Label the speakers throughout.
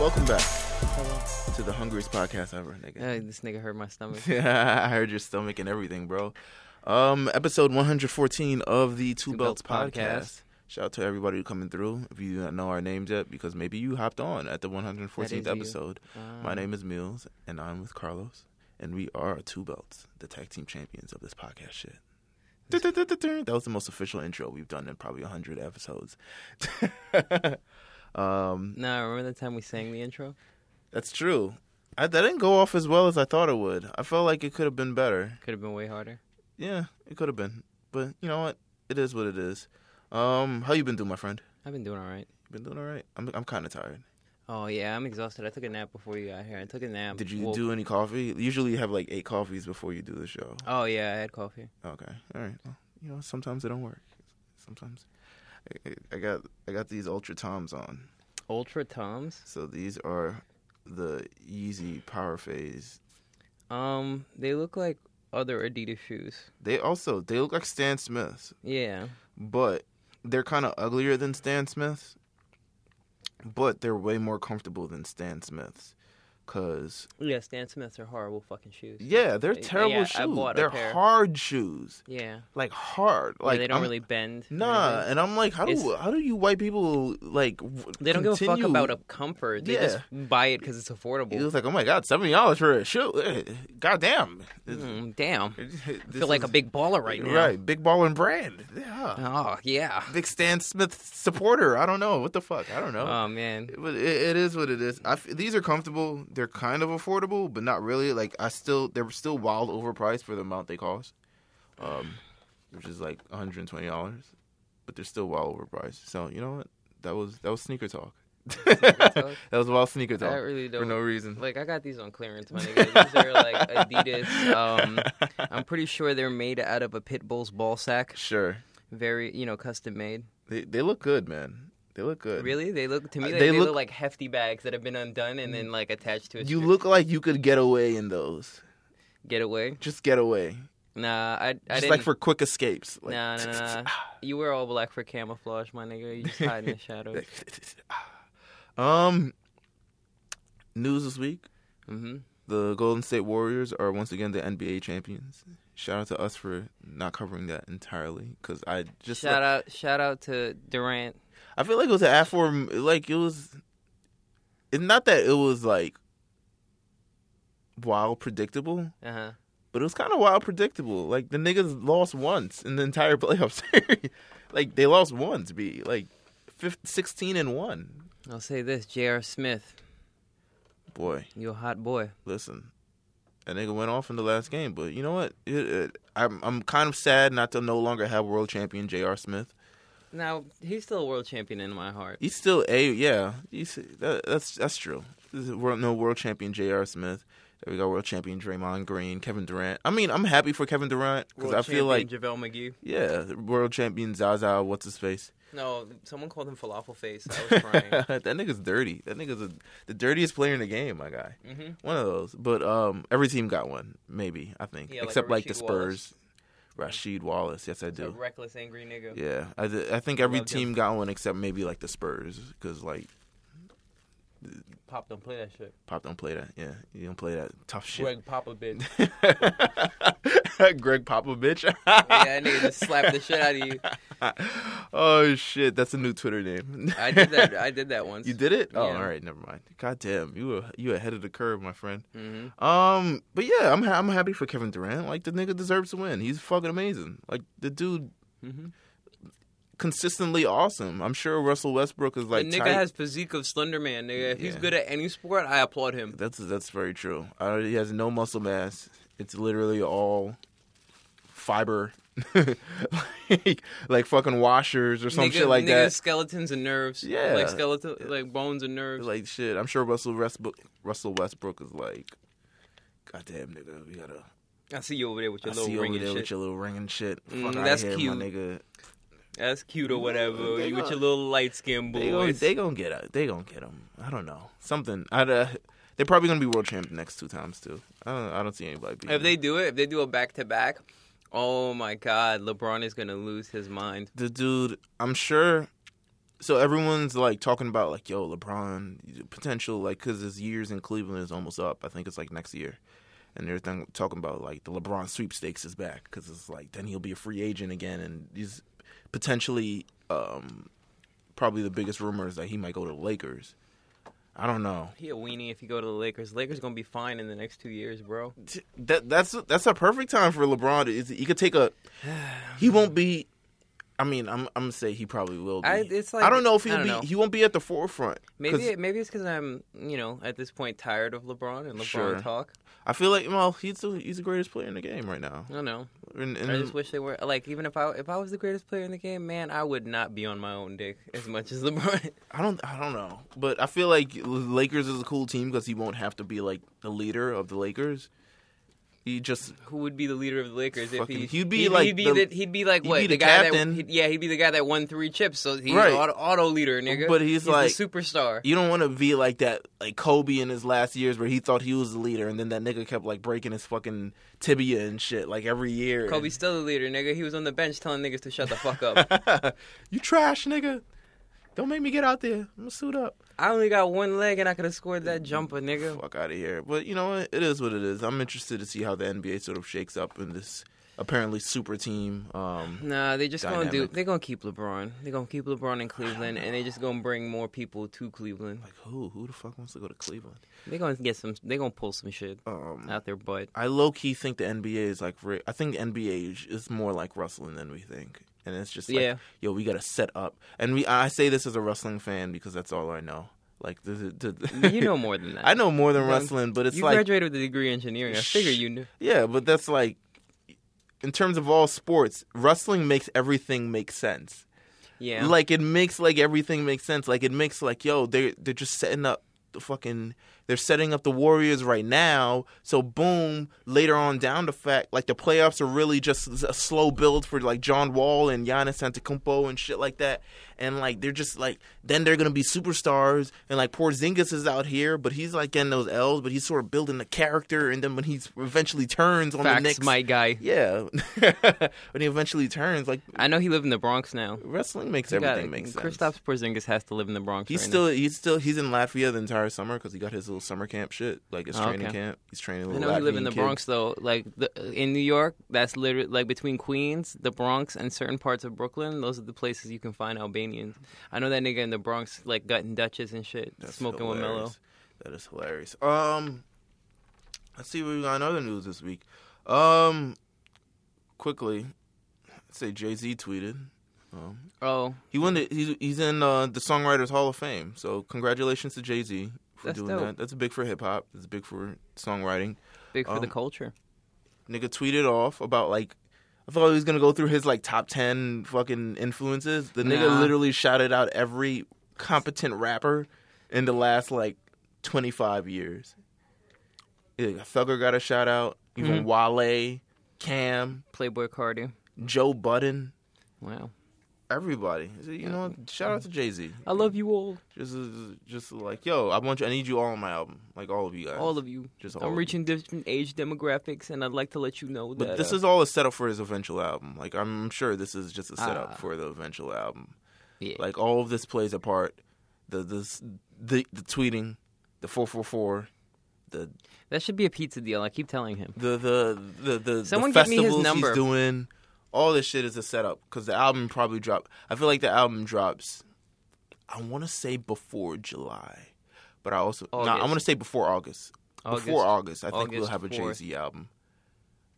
Speaker 1: Welcome back
Speaker 2: Hello.
Speaker 1: to the hungriest podcast ever, nigga.
Speaker 2: Uh, this nigga hurt my stomach.
Speaker 1: I heard your stomach and everything, bro. Um, episode 114 of the Two,
Speaker 2: Two
Speaker 1: Belts,
Speaker 2: Belts
Speaker 1: podcast.
Speaker 2: Podcast.
Speaker 1: Shout out to everybody coming through. If you don't know our names yet, because maybe you hopped on at the 114th
Speaker 2: you.
Speaker 1: episode. My
Speaker 2: Um,
Speaker 1: name is Meals, and I'm with Carlos, and we are Two Belts, the tag team champions of this podcast shit. That was the most official intro we've done in probably 100 episodes. um,
Speaker 2: Nah, remember the time we sang the intro?
Speaker 1: that's true. I, that didn't go off as well as I thought it would. I felt like it could have been better.
Speaker 2: Could have been way harder.
Speaker 1: Yeah, it could have been. But you know what? It is what it is. Um, how you been doing, my friend?
Speaker 2: I've been doing all right.
Speaker 1: You been doing all right? I'm I'm kind of tired.
Speaker 2: Oh yeah, I'm exhausted. I took a nap before you got here. I took a nap.
Speaker 1: Did you
Speaker 2: Well,
Speaker 1: do any coffee? Usually you have like eight coffees before you do the show.
Speaker 2: Oh yeah, I had coffee.
Speaker 1: Okay. All right. Well, you know, sometimes it don't work. Sometimes I- I, I got I got these Ultra Toms on.
Speaker 2: Ultra Toms.
Speaker 1: So these are the Yeezy Power Phase.
Speaker 2: Um, they look like other Adidas shoes.
Speaker 1: They also they look like Stan Smiths,
Speaker 2: Yeah.
Speaker 1: but they're kind of uglier than Stan Smiths. But they're way more comfortable than Stan Smiths, cause
Speaker 2: Yeah, Stan Smiths are horrible fucking shoes.
Speaker 1: yeah, they're
Speaker 2: Yeah,
Speaker 1: terrible
Speaker 2: I
Speaker 1: shoes.
Speaker 2: bought a
Speaker 1: They're
Speaker 2: pair.
Speaker 1: hard shoes,
Speaker 2: Yeah.
Speaker 1: like hard.
Speaker 2: Like
Speaker 1: Like
Speaker 2: they don't
Speaker 1: I'm-
Speaker 2: really bend. or
Speaker 1: Nah,
Speaker 2: anything.
Speaker 1: and I'm like, how do
Speaker 2: It's-
Speaker 1: how do you white people like? w-
Speaker 2: They don't give a fuck
Speaker 1: continue-
Speaker 2: about a comfort. They
Speaker 1: Yeah.
Speaker 2: just buy it because it's affordable.
Speaker 1: It was like, oh my god, seventy dollars for a shoe. Eh, Goddamn,
Speaker 2: Mm, damn.
Speaker 1: This
Speaker 2: I feel like a
Speaker 1: is-
Speaker 2: big baller right now.
Speaker 1: right? Big ball and brand. Yeah,
Speaker 2: Oh yeah.
Speaker 1: big Stan Smith supporter. I don't know what the fuck. I don't know.
Speaker 2: Oh man.
Speaker 1: but it, it is what it is. I f- these are comfortable. They're kind of affordable, but not really. Like I still, they're still wild overpriced for the amount they cost, um, which is like one hundred and twenty dollars. But they're still wild overpriced. So you know what? That was that was sneaker talk. that was wild sneaker
Speaker 2: I
Speaker 1: talk
Speaker 2: really
Speaker 1: for
Speaker 2: don't.
Speaker 1: no reason.
Speaker 2: Like I got these on clearance, my nigga. These are like Adidas. Um, I'm pretty sure they're made out of a pit bull's ball sack.
Speaker 1: Sure,
Speaker 2: Very, you know, custom made.
Speaker 1: they they look good, man. They look good.
Speaker 2: Really, they look to me
Speaker 1: Uh,
Speaker 2: like,
Speaker 1: they
Speaker 2: they, look,
Speaker 1: look- Mm.
Speaker 2: like hefty bags that have been undone and then like attached to a
Speaker 1: You
Speaker 2: strip.
Speaker 1: look like you could get away in those.
Speaker 2: getaway.
Speaker 1: Just get away.
Speaker 2: Nah, I, I
Speaker 1: Just
Speaker 2: didn't.
Speaker 1: like for quick escapes. Like,
Speaker 2: Nah, nah, nah. You wear all black for camouflage, my nigga. You just hide in the shadows.
Speaker 1: um, news this week:
Speaker 2: hmm
Speaker 1: the Golden State Warriors are once again the NBA champions. Shout out to us for not covering that entirely because I just
Speaker 2: Shout out, shout out to Durant.
Speaker 1: I feel like it was an aform like it was. It's not that it was like wild predictable,
Speaker 2: Uh huh.
Speaker 1: but it was kind of wild predictable. Like the niggas lost once in the entire playoff series. like they lost once, b like 15, 16 and one.
Speaker 2: I'll say this, J.R. Smith,
Speaker 1: Boy,
Speaker 2: you a hot boy.
Speaker 1: listen, that nigga went off in the last game, but you know what? It, it, I'm I'm kind of sad not to no longer have world champion J.R. Smith.
Speaker 2: Now he's still a world champion in my heart.
Speaker 1: He's still a yeah. He's that, that's that's true. This is world, no world champion J.R. Smith. There we go, world champion Draymond Green, Kevin Durant. I mean, I'm happy for Kevin Durant because
Speaker 2: World
Speaker 1: I feel like
Speaker 2: champion JaVale McGee.
Speaker 1: yeah, world champion Zaza. What's his face?
Speaker 2: No, someone called him falafel face. I was crying.
Speaker 1: that nigga's dirty. That nigga's a, the dirtiest player in the game, my guy.
Speaker 2: mm-hmm.
Speaker 1: One of those. But um, every team got one, maybe I think,
Speaker 2: Yeah, like a
Speaker 1: except like, the
Speaker 2: Rasheed Wallace.
Speaker 1: Spurs. Rashid Wallace, yes I
Speaker 2: It's a
Speaker 1: do.
Speaker 2: reckless, angry nigga.
Speaker 1: Yeah, I, th- I think every
Speaker 2: Love him.
Speaker 1: team got one except maybe like the Spurs because like
Speaker 2: Pop don't play that shit.
Speaker 1: Pop don't play that. Yeah, you don't play that tough shit.
Speaker 2: Greg Pop a bitch.
Speaker 1: Greg Papa bitch.
Speaker 2: yeah, that nigga just slapped the shit out of you.
Speaker 1: oh shit, that's a new Twitter name.
Speaker 2: I did that. I did that once.
Speaker 1: You did it? Oh,
Speaker 2: Yeah.
Speaker 1: all right, never mind. God damn, you were you ahead of the curve, my friend.
Speaker 2: hmm
Speaker 1: Um, but yeah, I'm ha- I'm happy for Kevin Durant. Like the nigga deserves to win. He's fucking amazing. Like the dude
Speaker 2: Mhm.
Speaker 1: consistently awesome. I'm sure Russell Westbrook is like
Speaker 2: the nigga
Speaker 1: tight-
Speaker 2: has physique of Slender Man. Nigga, if he's
Speaker 1: Yeah.
Speaker 2: good at any sport, I applaud him.
Speaker 1: That's that's very true. Uh, he has no muscle mass. It's literally all fiber, like, like fucking washers or some
Speaker 2: nigga,
Speaker 1: shit like
Speaker 2: nigga,
Speaker 1: that.
Speaker 2: Skeletons and nerves.
Speaker 1: Yeah.
Speaker 2: like skeleton, like bones and nerves.
Speaker 1: Like shit. I'm sure Russell Westbrook, Russell Westbrook is like, goddamn nigga, we gotta.
Speaker 2: I see you over there with
Speaker 1: I
Speaker 2: your
Speaker 1: see
Speaker 2: little
Speaker 1: you
Speaker 2: ring
Speaker 1: over
Speaker 2: and
Speaker 1: there
Speaker 2: shit.
Speaker 1: with your little ring and shit. Fuck
Speaker 2: Mm,
Speaker 1: outta
Speaker 2: that's
Speaker 1: here,
Speaker 2: cute.
Speaker 1: my nigga.
Speaker 2: That's cute or whatever.
Speaker 1: They
Speaker 2: you with
Speaker 1: gonna-
Speaker 2: your little light skinned
Speaker 1: They gonna,
Speaker 2: boys.
Speaker 1: they gonna get a, they gonna get him. I don't know something. I uh, they're probably gonna be world champ the next two times too. I don't I don't see anybody. Beating
Speaker 2: If they do it, if they do a back to back, oh my God, LeBron is gonna lose his mind.
Speaker 1: the dude, I'm sure so everyone's like talking about like yo LeBron potential like because his years in Cleveland is almost up. I think it's like next year, and they're th- talking about like the LeBron sweepstakes is back because it's like then he'll be a free agent again, and he's potentially um, probably the biggest rumor is that he might go to the Lakers. I don't know.
Speaker 2: He a weenie if he go to the Lakers. Lakers gonna be fine in the next two years, bro.
Speaker 1: T- That that's that's a perfect time for LeBron. Is he could take a he won't be. I mean, I'm I'm gonna say he probably will be.
Speaker 2: I- it's like-
Speaker 1: I don't know if
Speaker 2: I
Speaker 1: he'll
Speaker 2: don't
Speaker 1: be.
Speaker 2: know.
Speaker 1: He won't be at the forefront. 'cause-
Speaker 2: Maybe it, maybe it's because I'm you know at this point tired of LeBron and LeBron
Speaker 1: Sure.
Speaker 2: talk.
Speaker 1: I feel like well, he's the, he's the greatest player in the game right now.
Speaker 2: I don't know.
Speaker 1: And,
Speaker 2: I
Speaker 1: and-
Speaker 2: just wish they were like even if I if I was the greatest player in the game, man, I would not be on my own dick as much as LeBron.
Speaker 1: I don't I don't know, but I feel like Lakers is a cool team because he won't have to be like the leader of the Lakers. He just
Speaker 2: Who would be the leader of the Lakers if
Speaker 1: Fucking-
Speaker 2: he?
Speaker 1: he'd be
Speaker 2: he'd,
Speaker 1: like
Speaker 2: he'd be
Speaker 1: the-
Speaker 2: he'd be like
Speaker 1: he'd
Speaker 2: what
Speaker 1: be the
Speaker 2: guy
Speaker 1: captain.
Speaker 2: that he'd- yeah he'd be the guy that won three chips. So he's
Speaker 1: Right.
Speaker 2: an auto, auto leader, nigga.
Speaker 1: But he's like-
Speaker 2: a superstar.
Speaker 1: you don't want to be like that like Kobe in his last years where he thought he was the leader and then that nigga kept like breaking his fucking tibia and shit like every year.
Speaker 2: Kobe's still the leader, nigga. He was on the bench telling niggas to shut the fuck up.
Speaker 1: you trash nigga. Don't make me get out there. I'm gonna suit up.
Speaker 2: I only got one leg and I could have scored that jumper, nigga.
Speaker 1: fuck out of here. But you know what? It is what it is. I'm interested to see how the NBA sort of shakes up in this apparently super team. Um,
Speaker 2: Nah, they just gonna
Speaker 1: Dynamic.
Speaker 2: do. They're gonna keep LeBron. They're gonna keep LeBron in Cleveland, and they just gonna bring more people to Cleveland.
Speaker 1: like who? Who the fuck wants to go to Cleveland?
Speaker 2: They're gonna get some. They're gonna pull some shit
Speaker 1: Um,
Speaker 2: out their butt.
Speaker 1: I low key think the NBA is like. re- I think the NBA is- is more like wrestling than we think, and it's just like,
Speaker 2: Yeah.
Speaker 1: yo, we gotta set up. And we, I say this as a wrestling fan because that's all I know. Like the, the, the
Speaker 2: You know more than that.
Speaker 1: I know more than
Speaker 2: You've done-
Speaker 1: wrestling, but it's
Speaker 2: you
Speaker 1: like
Speaker 2: graduated with a degree in engineering. I figure you knew.
Speaker 1: Yeah, but that's like in terms of all sports, wrestling makes everything make sense.
Speaker 2: Yeah.
Speaker 1: Like it makes like everything makes sense. Like it makes like yo, they are they're just setting up the fucking they're setting up the Warriors right now. So boom, later on down the fact like the playoffs are really just a slow build for like John Wall and Giannis Antetokounmpo and shit like that. And like they're just like then they're gonna be superstars and like Porzingis is out here, but he's like getting those L's, but he's sort of building the character. And then when he eventually turns on
Speaker 2: Facts,
Speaker 1: the Knicks,
Speaker 2: my guy.
Speaker 1: yeah, when he eventually turns, like
Speaker 2: I know he lives in the Bronx now.
Speaker 1: wrestling makes
Speaker 2: You
Speaker 1: everything
Speaker 2: gotta-
Speaker 1: make sense.
Speaker 2: Kristaps Porzingis has to live in the Bronx.
Speaker 1: He's
Speaker 2: right
Speaker 1: still he's still he's in Latvia the entire summer because he got his little summer camp shit like his
Speaker 2: Oh,
Speaker 1: training
Speaker 2: okay.
Speaker 1: camp. He's training.
Speaker 2: Now. I
Speaker 1: Little
Speaker 2: know he live in
Speaker 1: Latvian
Speaker 2: the
Speaker 1: kids.
Speaker 2: Bronx though. Like the, in New York, that's literally like between Queens, the Bronx, and certain parts of Brooklyn. Those are the places you can find Albanians. I know that nigga in the Bronx, like gutting Dutches and shit,
Speaker 1: That's
Speaker 2: smoking with Mello.
Speaker 1: hilarious. That is hilarious. Um, let's see what we got in other news this week. Um, quickly, I'd say Jay Z tweeted. Um,
Speaker 2: Oh,
Speaker 1: he won. The, he's he's in uh, the Songwriters Hall of Fame. So congratulations to Jay Z for
Speaker 2: That's
Speaker 1: doing
Speaker 2: dope.
Speaker 1: that. That's big for hip hop. It's big for songwriting.
Speaker 2: big for the
Speaker 1: Um,
Speaker 2: culture.
Speaker 1: nigga tweeted off about like I thought he was gonna go through his like top ten fucking influences. The nigga
Speaker 2: Nah.
Speaker 1: literally shouted out every competent rapper in the last like twenty five years. Like, Thugger got a shout out, even
Speaker 2: Mm-hmm.
Speaker 1: Wale, Cam,
Speaker 2: Playboy Cardi.
Speaker 1: Joe Budden,
Speaker 2: Wow,
Speaker 1: everybody. You know, what? shout out to Jay Z.
Speaker 2: I love you all,
Speaker 1: Just, just like yo, I want you. I need you all on my album, like all of you guys.
Speaker 2: all of you.
Speaker 1: Just all of
Speaker 2: I'm
Speaker 1: you.
Speaker 2: reaching different age demographics, and I'd like to let you know that
Speaker 1: But this
Speaker 2: uh,
Speaker 1: is all a setup for his eventual album. Like I'm sure this is just a setup
Speaker 2: Ah.
Speaker 1: for the eventual album.
Speaker 2: Yeah.
Speaker 1: Like all of this plays a part. The this the the tweeting, the four four four, the
Speaker 2: that should be a pizza deal. I keep telling him.
Speaker 1: the the the the,
Speaker 2: Someone
Speaker 1: the
Speaker 2: get me his
Speaker 1: festivals
Speaker 2: number.
Speaker 1: he's doing. All this shit is a setup because the album probably dropped. I feel like the album drops. I want to say before July, but I also no. I
Speaker 2: August.
Speaker 1: want to say before August.
Speaker 2: August.
Speaker 1: Before August, I think we'll
Speaker 2: August
Speaker 1: have a
Speaker 2: 4th.
Speaker 1: Jay Z album.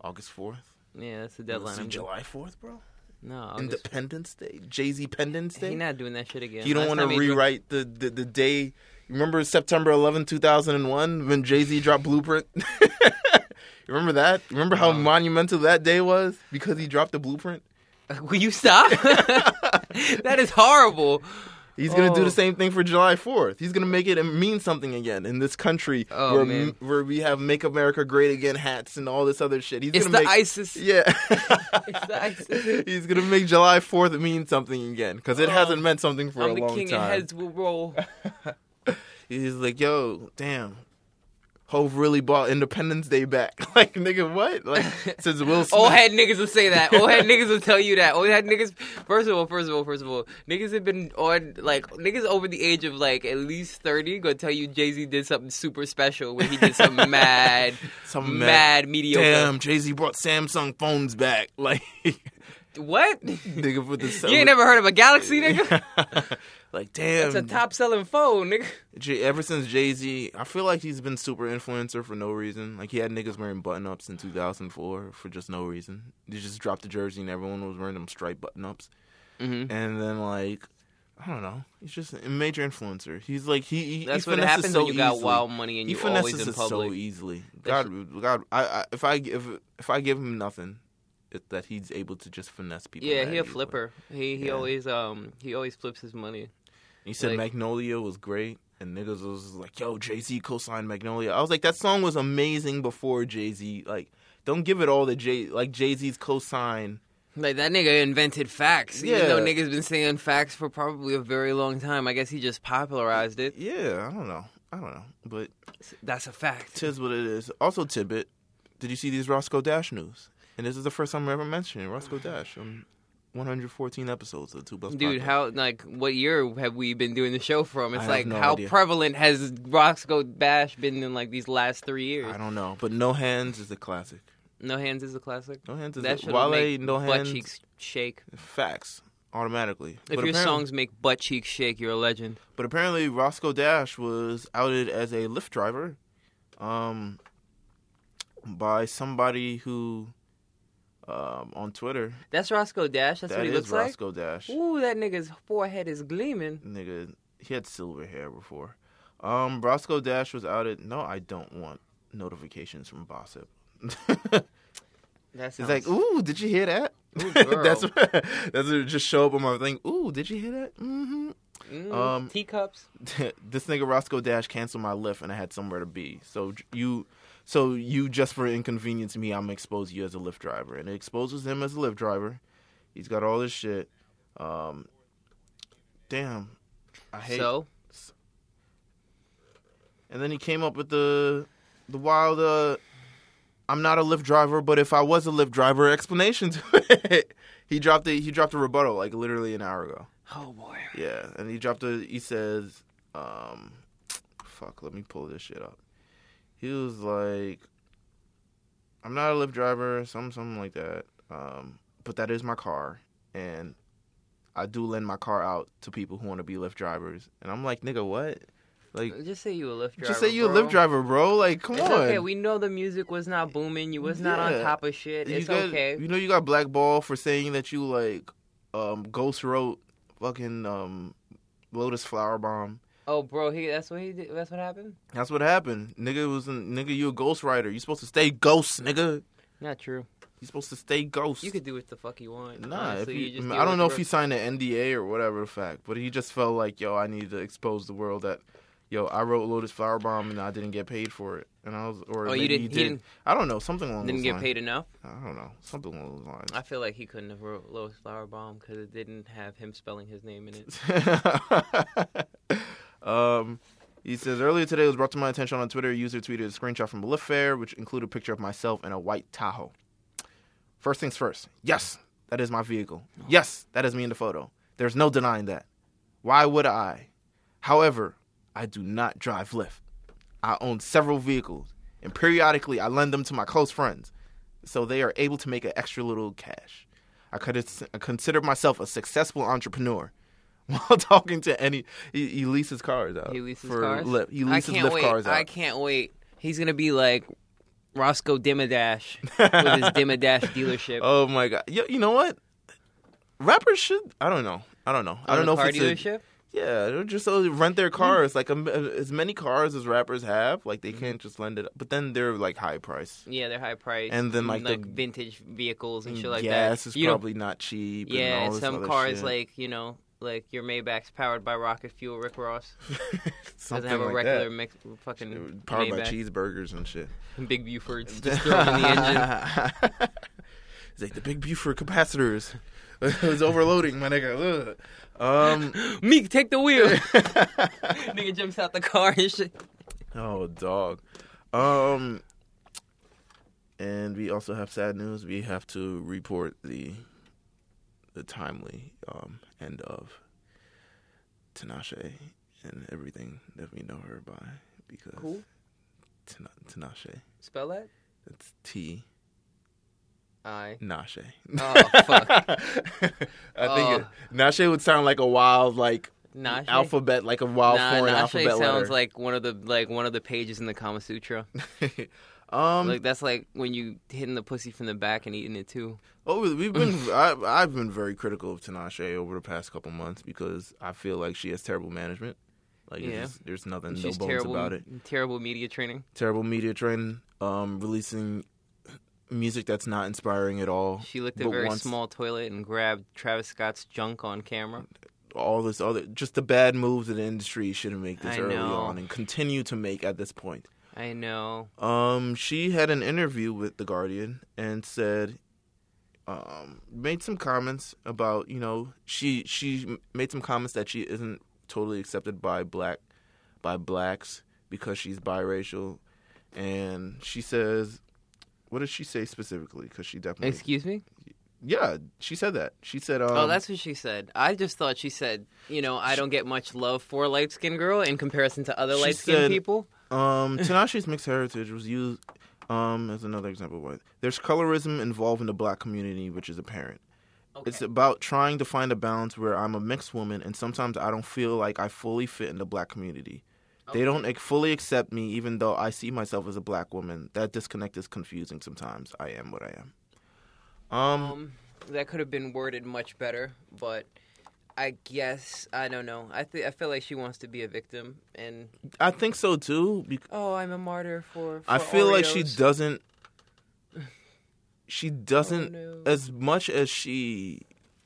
Speaker 1: August fourth.
Speaker 2: Yeah, that's the deadline. I'm
Speaker 1: July fourth, bro.
Speaker 2: No, August
Speaker 1: Independence Day, Jay Z Pendence
Speaker 2: He's
Speaker 1: Day.
Speaker 2: not doing that shit again.
Speaker 1: you don't
Speaker 2: Last
Speaker 1: want to
Speaker 2: time he dro-
Speaker 1: rewrite the, the the day. Remember September 11, 2001, when Jay Z dropped Blueprint. You remember that? You Remember how
Speaker 2: Um,
Speaker 1: monumental that day was because he dropped the Blueprint.
Speaker 2: Will you stop? that is horrible.
Speaker 1: He's gonna do
Speaker 2: Oh.
Speaker 1: the same thing for July Fourth. He's gonna make it mean something again in this country
Speaker 2: Oh,
Speaker 1: where
Speaker 2: man.
Speaker 1: where we have "Make America Great Again" hats and all this other shit. He's
Speaker 2: It's the
Speaker 1: gonna make
Speaker 2: ISIS.
Speaker 1: yeah.
Speaker 2: It's the ISIS.
Speaker 1: He's gonna make July Fourth mean something again because it
Speaker 2: Oh,
Speaker 1: hasn't meant something for a
Speaker 2: I'm the
Speaker 1: long
Speaker 2: king
Speaker 1: time.
Speaker 2: and heads will roll.
Speaker 1: He's like, yo, damn. Hove really bought Independence Day back. like, nigga, what? Like, since Will Smith.
Speaker 2: Old head niggas will say that. Old head niggas will tell you that. Old head niggas. First of all, first of all, first of all, niggas have been on like niggas over the age of like at least thirty. Gonna tell you Jay Z did something super special when he did some mad,
Speaker 1: Some mad-
Speaker 2: mad, mediocre.
Speaker 1: Damn, Jay Z brought Samsung phones back. Like,
Speaker 2: What?
Speaker 1: nigga, with the cell-
Speaker 2: You ain't never heard of a Galaxy, nigga?
Speaker 1: like, damn.
Speaker 2: It's a top selling phone, nigga.
Speaker 1: Jay, ever since Jay Z, I feel like he's been super influencer for no reason. Like he had niggas wearing button ups in 2004 for just no reason. They just dropped the jersey and everyone was wearing them striped button ups.
Speaker 2: Mhm.
Speaker 1: And then like, I don't know, he's just a major influencer. He's like he. he
Speaker 2: That's
Speaker 1: he
Speaker 2: what
Speaker 1: finesses
Speaker 2: happens
Speaker 1: so
Speaker 2: when you got
Speaker 1: easily.
Speaker 2: wild money and
Speaker 1: He
Speaker 2: you always
Speaker 1: finesses
Speaker 2: in
Speaker 1: it so
Speaker 2: public.
Speaker 1: easily.
Speaker 2: That's-
Speaker 1: God, God, I, I, if I if if I give him nothing, it, that he's able to just finesse people.
Speaker 2: yeah,
Speaker 1: that
Speaker 2: he a
Speaker 1: easily.
Speaker 2: flipper. He he
Speaker 1: Yeah.
Speaker 2: always um he always flips his money.
Speaker 1: He said
Speaker 2: Like-
Speaker 1: Magnolia was great, and niggas was like, "Yo, Jay Z co-signed Magnolia." I was like, "That song was amazing before Jay Z." Like, don't give it all to Jay. Like Jay Z's co-sign.
Speaker 2: Like that nigga invented facts. Even though
Speaker 1: Yeah.
Speaker 2: niggas been saying facts for probably a very long time. I guess he just popularized it.
Speaker 1: Yeah, I don't know. I don't know, but
Speaker 2: That's a fact.
Speaker 1: tis what it is. Also, tidbit. Did you see these Roscoe Dash news? And this is the first time I ever mentioned Roscoe Dash. Um, 114 episodes of Two Bus.
Speaker 2: Dude,
Speaker 1: Podcast.
Speaker 2: how like what year have we been doing the show from? It's
Speaker 1: have
Speaker 2: like
Speaker 1: no
Speaker 2: how
Speaker 1: idea.
Speaker 2: prevalent has Roscoe Bash been in like these last three years?
Speaker 1: I don't know, but No Hands is a classic.
Speaker 2: No hands is a classic.
Speaker 1: No Hands is
Speaker 2: That
Speaker 1: a,
Speaker 2: should
Speaker 1: Wale.
Speaker 2: make
Speaker 1: no
Speaker 2: butt
Speaker 1: Hands.
Speaker 2: cheeks shake.
Speaker 1: Facts automatically.
Speaker 2: If
Speaker 1: But
Speaker 2: your
Speaker 1: apparently-
Speaker 2: songs make butt cheeks shake, you're a legend.
Speaker 1: But apparently Roscoe Dash was outed as a Lyft driver um, by somebody who um, on Twitter.
Speaker 2: That's Roscoe Dash. That's
Speaker 1: that
Speaker 2: what he
Speaker 1: is
Speaker 2: looks like.
Speaker 1: Roscoe Dash.
Speaker 2: Ooh, that nigga's forehead is gleaming.
Speaker 1: Nigga, he had silver hair before. Um, Roscoe Dash was outed. No, I don't want notifications from Bossip.
Speaker 2: That sounds
Speaker 1: It's like, ooh, did you hear that?
Speaker 2: Ooh, girl.
Speaker 1: that's what, that's what just show up on my thing. Ooh, did you hear that? Mm-hmm.
Speaker 2: Mm,
Speaker 1: um,
Speaker 2: teacups.
Speaker 1: this nigga Roscoe Dash canceled my lift and I had somewhere to be. So j- you, so you just for inconvenience me, I'm gonna expose you as a Lyft driver, and it exposes him as a Lyft driver. He's got all this shit. Um, damn, I hate.
Speaker 2: So
Speaker 1: And then he came up with the, the wild. Uh, I'm not a Lyft driver, but if I was a Lyft driver, explanation to it. he dropped a he dropped a rebuttal like literally an hour ago.
Speaker 2: Oh boy.
Speaker 1: Yeah, and he dropped a. He says, um, "Fuck, let me pull this shit up." He was like, "I'm not a Lyft driver, some something like that, um, but that is my car, and I do lend my car out to people who want to be Lyft drivers." And I'm like, "Nigga, what? Like,
Speaker 2: Just say you a Lyft driver.
Speaker 1: just say you a
Speaker 2: bro.
Speaker 1: Lyft driver, bro? Like, come
Speaker 2: It's
Speaker 1: on."
Speaker 2: okay. We know the music was not booming. You was not on
Speaker 1: Yeah.
Speaker 2: top of shit.
Speaker 1: you
Speaker 2: It's
Speaker 1: got-
Speaker 2: okay.
Speaker 1: You know you got blackball for saying that you like um ghost wrote fucking um Lotus Flower Bomb.
Speaker 2: Oh, bro, he, that's what he did. That's what happened.
Speaker 1: That's what happened. Nigga was in, nigga, you a ghostwriter. You supposed to stay ghost, nigga.
Speaker 2: Not true.
Speaker 1: You supposed to stay ghost.
Speaker 2: You could do what the fuck you want.
Speaker 1: nah, if
Speaker 2: Honestly,
Speaker 1: he-
Speaker 2: you just
Speaker 1: I mean,
Speaker 2: deal
Speaker 1: I don't
Speaker 2: with
Speaker 1: know
Speaker 2: the
Speaker 1: if he signed an NDA or whatever the fact, but he just felt like, yo, I need to expose the world that, yo, I wrote Lotus Flower Bomb and I didn't get paid for it, and I was, or
Speaker 2: Oh, you
Speaker 1: maybe
Speaker 2: didn't-
Speaker 1: he
Speaker 2: he
Speaker 1: did.
Speaker 2: didn't-
Speaker 1: I don't know, something along
Speaker 2: didn't
Speaker 1: those
Speaker 2: get
Speaker 1: lines.
Speaker 2: paid enough.
Speaker 1: I don't know, something along those lines.
Speaker 2: I feel like he couldn't have wrote Lois Flower Bomb because it didn't have him spelling his name in it.
Speaker 1: um, he says earlier today it was brought to my attention on Twitter. A user tweeted a screenshot from a Lyft fare, which included a picture of myself in a white Tahoe. First things first. Yes, that is my vehicle. Yes, that is me in the photo. There's no denying that. Why would I? However, I do not drive Lyft. I own several vehicles, and periodically I lend them to my close friends, so they are able to make an extra little cash. I could I consider myself a successful entrepreneur while talking to any. He, he leases cars out.
Speaker 2: He leases
Speaker 1: for
Speaker 2: cars.
Speaker 1: Lyft. He
Speaker 2: I
Speaker 1: leases
Speaker 2: can't
Speaker 1: Lyft
Speaker 2: wait.
Speaker 1: cars
Speaker 2: I
Speaker 1: out.
Speaker 2: can't wait. He's gonna be like Roscoe Dimadash with his Dimadash dealership.
Speaker 1: Oh my god! You, you know what? Rappers should. I don't know. I don't know. I
Speaker 2: Own
Speaker 1: don't
Speaker 2: a
Speaker 1: know
Speaker 2: car
Speaker 1: if it's a-
Speaker 2: dealership.
Speaker 1: Yeah, they'll just uh, rent their cars. Like um, as many cars as rappers have, like they
Speaker 2: Mm-hmm.
Speaker 1: can't just lend it. But then they're like high price.
Speaker 2: Yeah, they're high priced.
Speaker 1: And then, like, the-
Speaker 2: vintage vehicles and shit like
Speaker 1: Mm, Gas
Speaker 2: that.
Speaker 1: is
Speaker 2: You don't-
Speaker 1: probably not cheap. and
Speaker 2: yeah,
Speaker 1: all
Speaker 2: and
Speaker 1: this
Speaker 2: some
Speaker 1: other
Speaker 2: cars
Speaker 1: shit.
Speaker 2: like you know like your Maybach's powered by rocket fuel. Rick Ross doesn't
Speaker 1: something
Speaker 2: have a
Speaker 1: like
Speaker 2: regular
Speaker 1: that.
Speaker 2: mix, fucking
Speaker 1: Powered by
Speaker 2: Maybach.
Speaker 1: cheeseburgers and shit.
Speaker 2: Big Buford's just throwing in the engine.
Speaker 1: it's like the big Buford capacitors. it was overloading, my nigga. Ugh. Um,
Speaker 2: Meek, take the wheel. Nigga jumps out the car and shit.
Speaker 1: oh dog. Um, and we also have sad news. We have to report the the timely um, end of Tinashe and everything that we know her by because
Speaker 2: Who?
Speaker 1: Tina- Tinashe.
Speaker 2: Spell that?
Speaker 1: That's T
Speaker 2: I.
Speaker 1: Nashe.
Speaker 2: Oh, fuck. Oh.
Speaker 1: I think it, Nashe would sound like a wild like
Speaker 2: Nashe?
Speaker 1: alphabet, like a wild
Speaker 2: nah,
Speaker 1: foreign
Speaker 2: Nashe
Speaker 1: alphabet
Speaker 2: sounds
Speaker 1: letter.
Speaker 2: like one of the like one of the pages in the Kama Sutra.
Speaker 1: um,
Speaker 2: like that's like when you hitting the pussy from the back and eating it too.
Speaker 1: Oh, we- we've been. I, I've been very critical of Tinashe over the past couple months because I feel like she has terrible management. Like, it's
Speaker 2: Yeah.
Speaker 1: just- there's nothing no
Speaker 2: She's
Speaker 1: bones
Speaker 2: terrible.
Speaker 1: about it.
Speaker 2: Terrible media training.
Speaker 1: Terrible media training, um, releasing music that's not inspiring at all.
Speaker 2: She looked at
Speaker 1: But
Speaker 2: a very
Speaker 1: once-
Speaker 2: small toilet and grabbed Travis Scott's junk on camera.
Speaker 1: All this other, just the bad moves in the industry shouldn't make this
Speaker 2: I
Speaker 1: early
Speaker 2: know.
Speaker 1: on and continue to make at this point.
Speaker 2: I know.
Speaker 1: Um, she had an interview with The Guardian and said, um, made some comments about you know she she made some comments that she isn't totally accepted by black by blacks because she's biracial, and she says, what did she say specifically? Because she definitely
Speaker 2: Excuse me?
Speaker 1: yeah she said that she said Mm. um,
Speaker 2: oh, that's what she said. I just thought she said, you know, I don't get much love for light skinned girl in comparison to other
Speaker 1: She
Speaker 2: light skinned
Speaker 1: said-
Speaker 2: people.
Speaker 1: Um, Tinashe's mixed heritage was used um, as another example. of why There's colorism involved in the black community, which is apparent. It's about trying to find a balance where I'm a mixed woman, and sometimes I don't feel like I fully fit in the black community. They don't like, fully accept me, even though I see myself as a black woman. That disconnect is confusing sometimes. I am what I am. Um,
Speaker 2: Um, that could have been worded much better, but I guess I don't know. I th- I feel like she wants to be a victim, and
Speaker 1: I think so too. Because
Speaker 2: oh, I'm a martyr for.
Speaker 1: I
Speaker 2: for
Speaker 1: feel like she
Speaker 2: Oreos.
Speaker 1: doesn't. She doesn't
Speaker 2: Oh, no.
Speaker 1: as much as she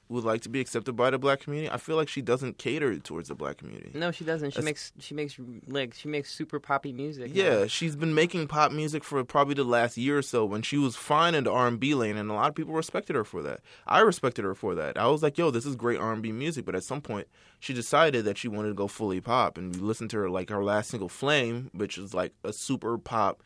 Speaker 1: would like to be accepted by the black community. I feel like she doesn't cater towards the black community.
Speaker 2: No, she doesn't. She
Speaker 1: That's-
Speaker 2: makes she makes like she makes super poppy music. now.
Speaker 1: Yeah, she's been making pop music for probably the last year or so when she was fine in the R&B lane and a lot of people respected her for that. I respected her for that. I was like, "Yo, this is great R&B music," but at some point she decided that she wanted to go fully pop and you listen to her like her last single Flame, which is like a super pop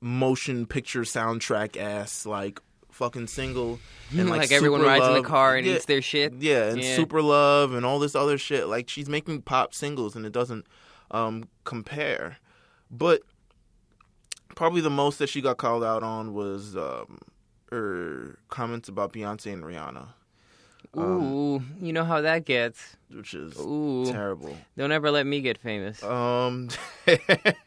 Speaker 1: motion picture soundtrack ass like fucking single and
Speaker 2: like,
Speaker 1: like,
Speaker 2: everyone
Speaker 1: Super
Speaker 2: rides in
Speaker 1: Love.
Speaker 2: the car and
Speaker 1: Yeah.
Speaker 2: eats their shit.
Speaker 1: Yeah, and
Speaker 2: Yeah.
Speaker 1: Super Love and all this other shit. Like she's making pop singles and it doesn't um compare. But probably the most that she got called out on was um her comments about Beyonce and Rihanna, Um,
Speaker 2: Ooh, you know how that gets.
Speaker 1: which is
Speaker 2: Ooh,
Speaker 1: terrible.
Speaker 2: don't ever let me get famous.
Speaker 1: Um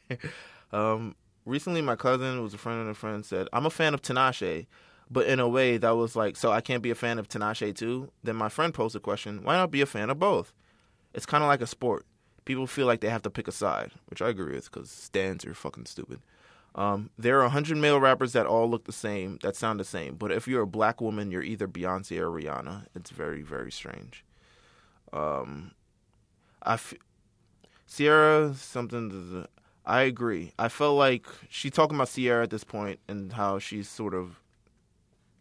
Speaker 1: Um recently my cousin was a friend of a friend said, "I'm a fan of Tinashe." But in a way that was like, so I can't be a fan of Tinashe too. Then my friend posed a question, why not be a fan of both? it's kind of like a sport. People feel like they have to pick a side, which I agree with because stands are fucking stupid. Um, there are a hundred male rappers that all look the same, that sound the same. But if you're a black woman, you're either Beyonce or Rihanna. It's very, very strange. Um, I f- Sierra something. th- th- I agree. I felt like she's talking about Sierra at this point and how she's sort of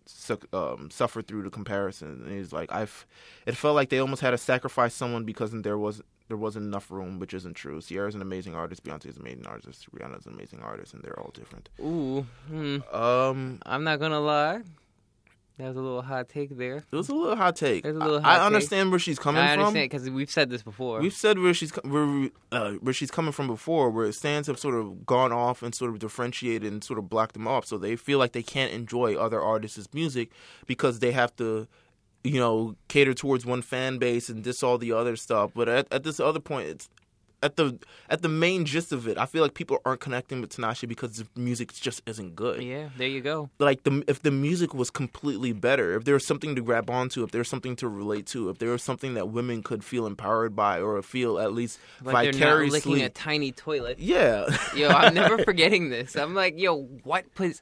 Speaker 1: suck, um, suffered through the comparison. And he's like, I've, it felt like they almost had to sacrifice someone because there was there wasn't enough room, which isn't true. Sierra's an amazing artist, Beyonce's an amazing artist, Rihanna's an amazing artist, and they're all different.
Speaker 2: Ooh, hmm.
Speaker 1: Um,
Speaker 2: I'm not gonna lie. That was a little hot take there.
Speaker 1: it was a little hot take.
Speaker 2: It's a little
Speaker 1: I-
Speaker 2: hot
Speaker 1: I
Speaker 2: take.
Speaker 1: understand where she's coming
Speaker 2: I
Speaker 1: from.
Speaker 2: understand because we've said this before.
Speaker 1: We've said where she's co- where we- uh, where she's coming from before, where stands have sort of gone off and sort of differentiated and sort of blocked them off, so they feel like they can't enjoy other artists' music because they have to, you know, cater towards one fan base and this all the other stuff. But at, at this other point, it's at the at the main gist of it. I feel like people aren't connecting with Tinashe because the music just isn't good
Speaker 2: yeah, there you go.
Speaker 1: like the if the music was completely better, if there was something to grab onto, if there was something to relate to, if there was something that women could feel empowered by or feel at least
Speaker 2: Like they're not licking
Speaker 1: vicariously.
Speaker 2: a tiny toilet.
Speaker 1: yeah.
Speaker 2: Yo, I'm never forgetting this. I'm like, yo, what pos,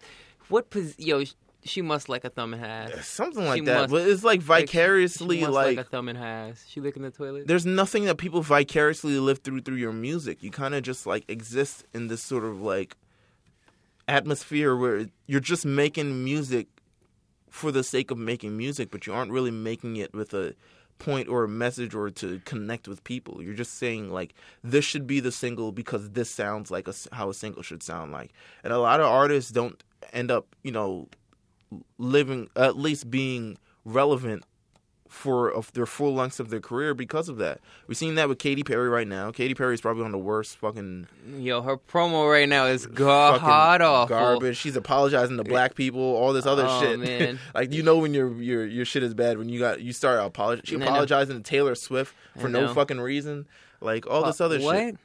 Speaker 2: what pos, yo, sh- she must like a thumb in her ass.
Speaker 1: something like
Speaker 2: She
Speaker 1: that.
Speaker 2: must-
Speaker 1: but it's like
Speaker 2: Like, she- she
Speaker 1: vicariously
Speaker 2: must
Speaker 1: like,
Speaker 2: a thumb in her ass. She licking the toilet.
Speaker 1: there's nothing that people vicariously live through through your music. You kind of just like exist in this sort of like atmosphere where you're just making music for the sake of making music, but you aren't really making it with a point or a message or to connect with people. You're just saying like this should be the single because this sounds like a s how a single should sound like. And a lot of artists don't end up, you know, living at least being relevant for of their full lengths of their career because of that. We're seeing that with Katy Perry right now. Katy Perry is probably on the worst fucking
Speaker 2: Yo, her promo right now is god
Speaker 1: fucking
Speaker 2: awful.
Speaker 1: garbage. She's apologizing to black people, all this other
Speaker 2: Oh,
Speaker 1: shit.
Speaker 2: man.
Speaker 1: like you know when your your your shit is bad when you got you start apologizing. She
Speaker 2: I know.
Speaker 1: apologizing to Taylor Swift for
Speaker 2: I
Speaker 1: no
Speaker 2: know.
Speaker 1: fucking reason. Like all this other
Speaker 2: what?
Speaker 1: shit.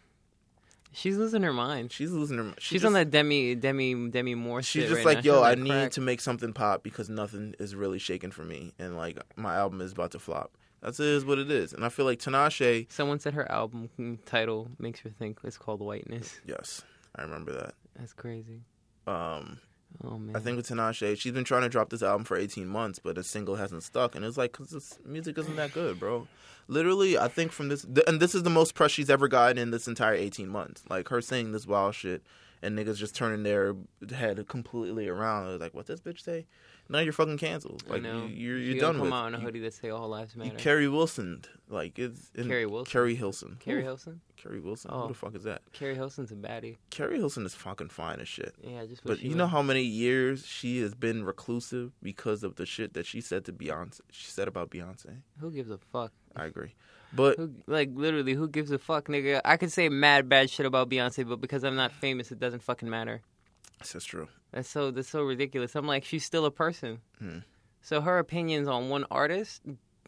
Speaker 2: She's losing her mind.
Speaker 1: She's losing her. mi- She
Speaker 2: She's
Speaker 1: just,
Speaker 2: on that Demi Demi Demi Moore.
Speaker 1: She's
Speaker 2: shit
Speaker 1: just
Speaker 2: right
Speaker 1: like,
Speaker 2: now.
Speaker 1: yo,
Speaker 2: on
Speaker 1: I
Speaker 2: that
Speaker 1: need
Speaker 2: crack.
Speaker 1: to make something pop because nothing is really shaking for me, and like my album is about to flop. That's is what it is, and I feel like Tinashe.
Speaker 2: Someone said her album title makes her think it's called Whiteness.
Speaker 1: Yes, I remember that.
Speaker 2: That's crazy.
Speaker 1: Um,
Speaker 2: Oh man.
Speaker 1: I think with Tinashe, she's been trying to drop this album for 18 months, but a single hasn't stuck. And it's like, because this music isn't that good, bro. Literally, I think from this, th- and this is the most press she's ever gotten in this entire 18 months. Like, her saying this wild shit and niggas just turning their head completely around. They're like, what this bitch say? Now you're fucking canceled.
Speaker 2: I
Speaker 1: Like,
Speaker 2: know.
Speaker 1: you, you're,
Speaker 2: She
Speaker 1: you're
Speaker 2: gonna
Speaker 1: done
Speaker 2: come
Speaker 1: with
Speaker 2: out in a
Speaker 1: You-
Speaker 2: hoodie that say all lives
Speaker 1: You
Speaker 2: matter.
Speaker 1: Carrie Wilson, like it's and
Speaker 2: Carrie Wilson.
Speaker 1: Carrie Hilson.
Speaker 2: Carrie
Speaker 1: Ooh,
Speaker 2: Hilson.
Speaker 1: Carrie Wilson. Who
Speaker 2: Oh.
Speaker 1: the fuck is that?
Speaker 2: Carrie Hilson's a baddie.
Speaker 1: Carrie Hilson is fucking fine as shit.
Speaker 2: Yeah, I just. wish
Speaker 1: But
Speaker 2: she
Speaker 1: you
Speaker 2: was-
Speaker 1: know how many years she has been reclusive because of the shit that she said to Beyonce. She said about Beyonce.
Speaker 2: who gives a fuck?
Speaker 1: I agree, but
Speaker 2: Who like literally? Who gives a fuck, nigga? I could say mad bad shit about Beyonce, but because I'm not famous, it doesn't fucking matter.
Speaker 1: this is true.
Speaker 2: That's so that's so ridiculous. I'm like, she's still a person.
Speaker 1: Hmm.
Speaker 2: So her opinions on one artist,